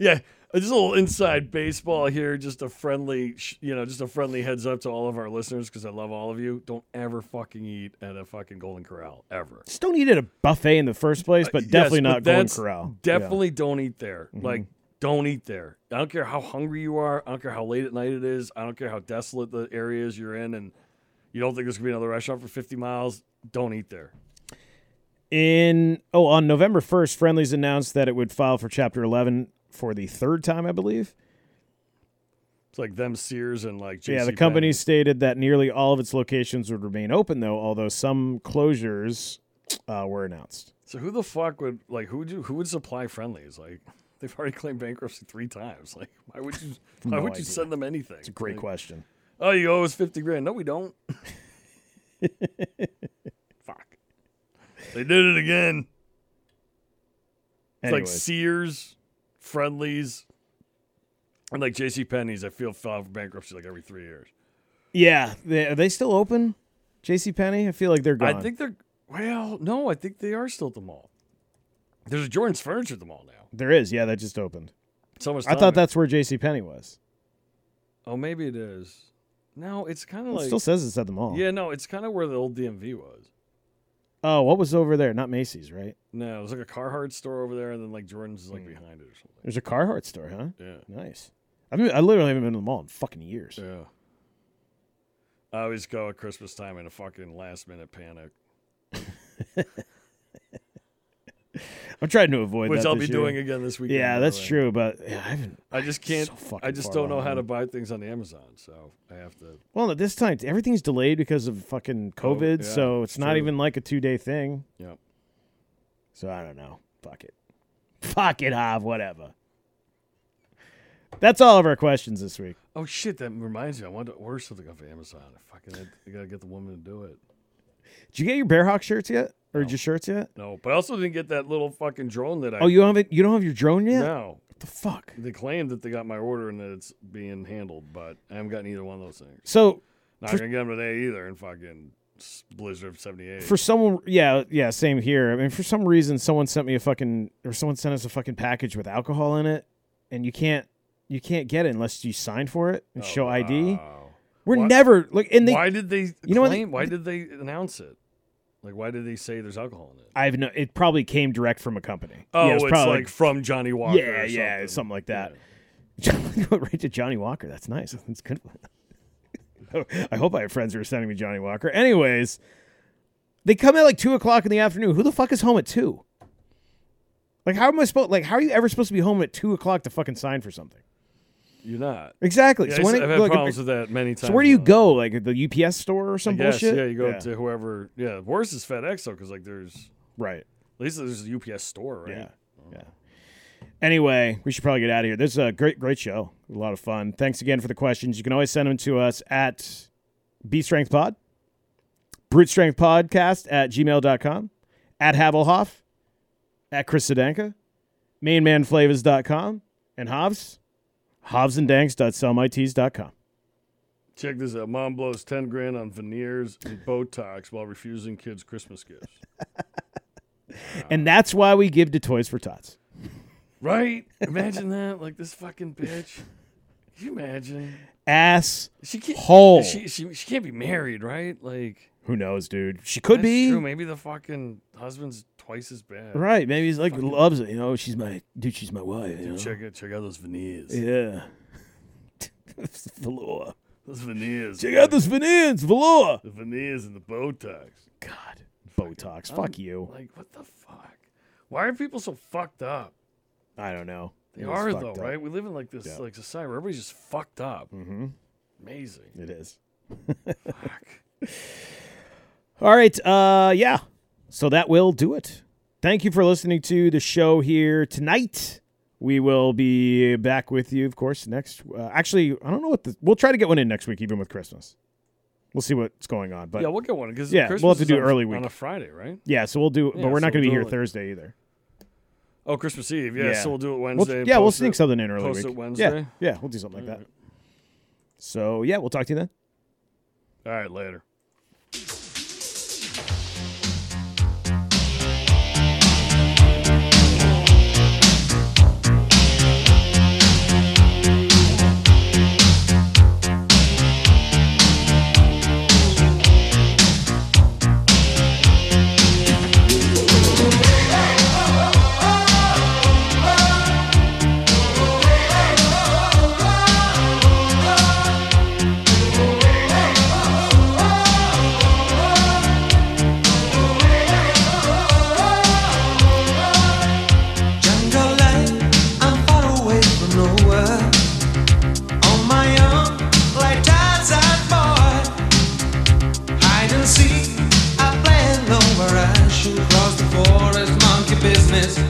B: yeah. uh, Just a little inside baseball here. Just a friendly, sh- you know, just a friendly heads up to all of our listeners because I love all of you. Don't ever fucking eat at a fucking Golden Corral ever.
C: Just don't eat at a buffet in the first place, but
B: Uh, Yes,
C: definitely
B: but
C: not Golden
B: that's-
C: Corral. Yeah.
B: Definitely don't eat there. Like Don't eat there. I don't care how hungry you are. I don't care how late at night it is. I don't care how desolate the area is you're in, and you don't think there's gonna be another restaurant for 50 miles. Don't eat there.
C: In oh, on November first, Friendlies announced that it would file for Chapter Eleven for the third time, I believe.
B: It's like them Sears and like
C: yeah, the
B: JCPenney.
C: company stated that nearly all of its locations would remain open, though, although some closures uh, were announced.
B: So who the fuck would like who would you, who would supply friendlies? Like they've already claimed bankruptcy three times. Like why would you why
C: No
B: would you
C: idea.
B: send them anything?
C: It's a great
B: Like,
C: question.
B: Oh, you owe us fifty grand. No, we don't. fuck. They did it again. It's like
C: Anyways,
B: Sears, friendlies, and like J.C. Penney's. I feel file for bankruptcy like every three years.
C: yeah, they, are they still open? J.C. Penney? I feel like they're gone.
B: I think they're well. No, I think they are still at the mall. There's a Jordan's Furniture at the mall now.
C: there is. Yeah, that just opened.
B: So much.
C: I thought
B: time-
C: that's where J.C. Penney was.
B: Oh, maybe it is. No, it's kind of
C: It
B: like
C: still says it's at the mall.
B: Yeah, no, it's kind of where the old DMV was.
C: Oh, what was over there? Not Macy's, right?
B: No, it was like a Carhartt store over there, and then like Jordan's
C: Hmm.
B: is like behind it or something.
C: There's a Carhartt store, huh?
B: Yeah,
C: Nice. I mean, I literally haven't been to the mall in fucking years.
B: yeah. I always go at Christmas time in a fucking last minute panic,
C: I'm trying to avoid
B: which
C: that
B: I'll be
C: this year.
B: doing again this weekend.
C: Yeah,
B: by the
C: that's
B: way.
C: true, but yeah, I haven't.
B: I just can't.
C: So fucking
B: I just
C: far
B: don't know how
C: behind.
B: to buy things on Amazon, so I have to.
C: Well, at this time, everything's delayed because of fucking
B: Oh,
C: COVID,
B: yeah,
C: so it's
B: it's
C: not
B: true.
C: even like a two day thing.
B: Yeah.
C: So I don't know. Fuck it. Fuck it, Hav, whatever. That's all of our questions this week.
B: Oh shit! That reminds me. I wanted to order something off of Amazon. I fucking had, I gotta get the woman to do it.
C: Did you get your Bearhawk shirts yet? Or your shirts yet?
B: No, but I also didn't get that little fucking drone that I.
C: Oh, you haven't. You don't have your drone yet.
B: No,
C: What the fuck?
B: they claim that they got my order and that it's being handled, but I haven't gotten either one of those things.
C: So
B: Not gonna get them today either. In fucking s- Blizzard of '78.
C: for someone, yeah, yeah, same here. I mean, for some reason, someone sent me a fucking or someone sent us a fucking package with alcohol in it, and you can't you can't get it unless you sign for it
B: Oh,
C: and show ID. We're
B: Why-
C: never like, and they.
B: why did they?
C: You know what-
B: claim- Why did they announce it? Like, why did they say there's alcohol in it?
C: I've no. It probably came direct from a company.
B: Oh,
C: yeah, it was
B: it's
C: probably
B: like from Johnny Walker.
C: yeah,
B: or
C: yeah,
B: something.
C: something like that.
B: Yeah.
C: Go right to Johnny Walker. That's nice. That's good. Oh, I hope I have friends who are sending me Johnny Walker. Anyways, they come at like two o'clock in the afternoon. Who the fuck is home at two? Like, how am I supposed? Like, how are you ever supposed to be home at two o'clock to fucking sign for something?
B: You're not.
C: Exactly.
B: Yeah,
C: so when
B: I've
C: it-
B: had
C: like,
B: problems with that many times.
C: so where do you
B: now.
C: go? Like the UPS store or
B: I
C: some
B: guess,
C: bullshit?
B: Yeah, you go to whoever. Yeah, worse is FedEx though, because like there's at
C: right.
B: least there's a UPS store, right?
C: Yeah. Yeah. Anyway, we should probably get out of here. This is a great, great show. A lot of fun. Thanks again for the questions. You can always send them to us at B Strength Pod, Brute Strength Podcast at gmail.com, at Havelhoff, at Chris Sedanka, mainmanflavors.com, and Hobbs, hobbsanddanks.sellmytees.com.
B: Check this out. Mom blows ten grand on veneers and Botox while refusing kids Christmas gifts.
C: And that's why we give to Toys for Tots.
B: Right? Imagine that. Like this fucking bitch. Can you imagine?
C: Ass.
B: She can't.
C: Hole.
B: She, she she can't be married, right? Like
C: Who knows, dude? She could
B: that's
C: be.
B: True. Maybe the fucking husband's twice as bad.
C: Right. Maybe he's like, loves it. You know, she's my, dude, she's my wife. you know?
B: Check it. Check out those veneers.
C: Yeah. It's velour.
B: Those veneers.
C: Check out this veneers, velour.
B: the veneers and the Botox.
C: God. Botox. Fuck you.
B: Like what the fuck? Why are people so fucked up?
C: I don't know.
B: They
C: It is
B: are
C: fucked
B: though,
C: up.
B: right? We live in like this
C: Yeah.
B: like society where everybody's just fucked up. Mm-hmm. Amazing.
C: It is.
B: Fuck.
C: All right. Uh yeah. So that will do it. Thank you for listening to the show here tonight. We will be back with you, of course, next. Uh, actually, I don't know what the. We'll try to get one in next week, even with Christmas. We'll see what's going on, but
B: yeah,
C: yeah,
B: we'll get one because
C: Yeah,
B: Christmas
C: we'll have to
B: is
C: do
B: on-
C: early
B: on
C: week.
B: a Friday, right?
C: so we'll do.
B: Yeah,
C: but we're
B: so
C: not going to be
B: we'll
C: here
B: do it.
C: Thursday either.
B: Oh, Christmas Eve. Yeah,
C: Yeah.
B: so we'll do it
C: We'll-
B: Wednesday. and
C: yeah, we'll
B: post
C: sneak
B: it.
C: something in early
B: post
C: week.
B: it Wednesday?
C: Yeah, yeah, we'll do something like that. So yeah, we'll talk to you then.
B: All right, later.
D: Oh
A: promise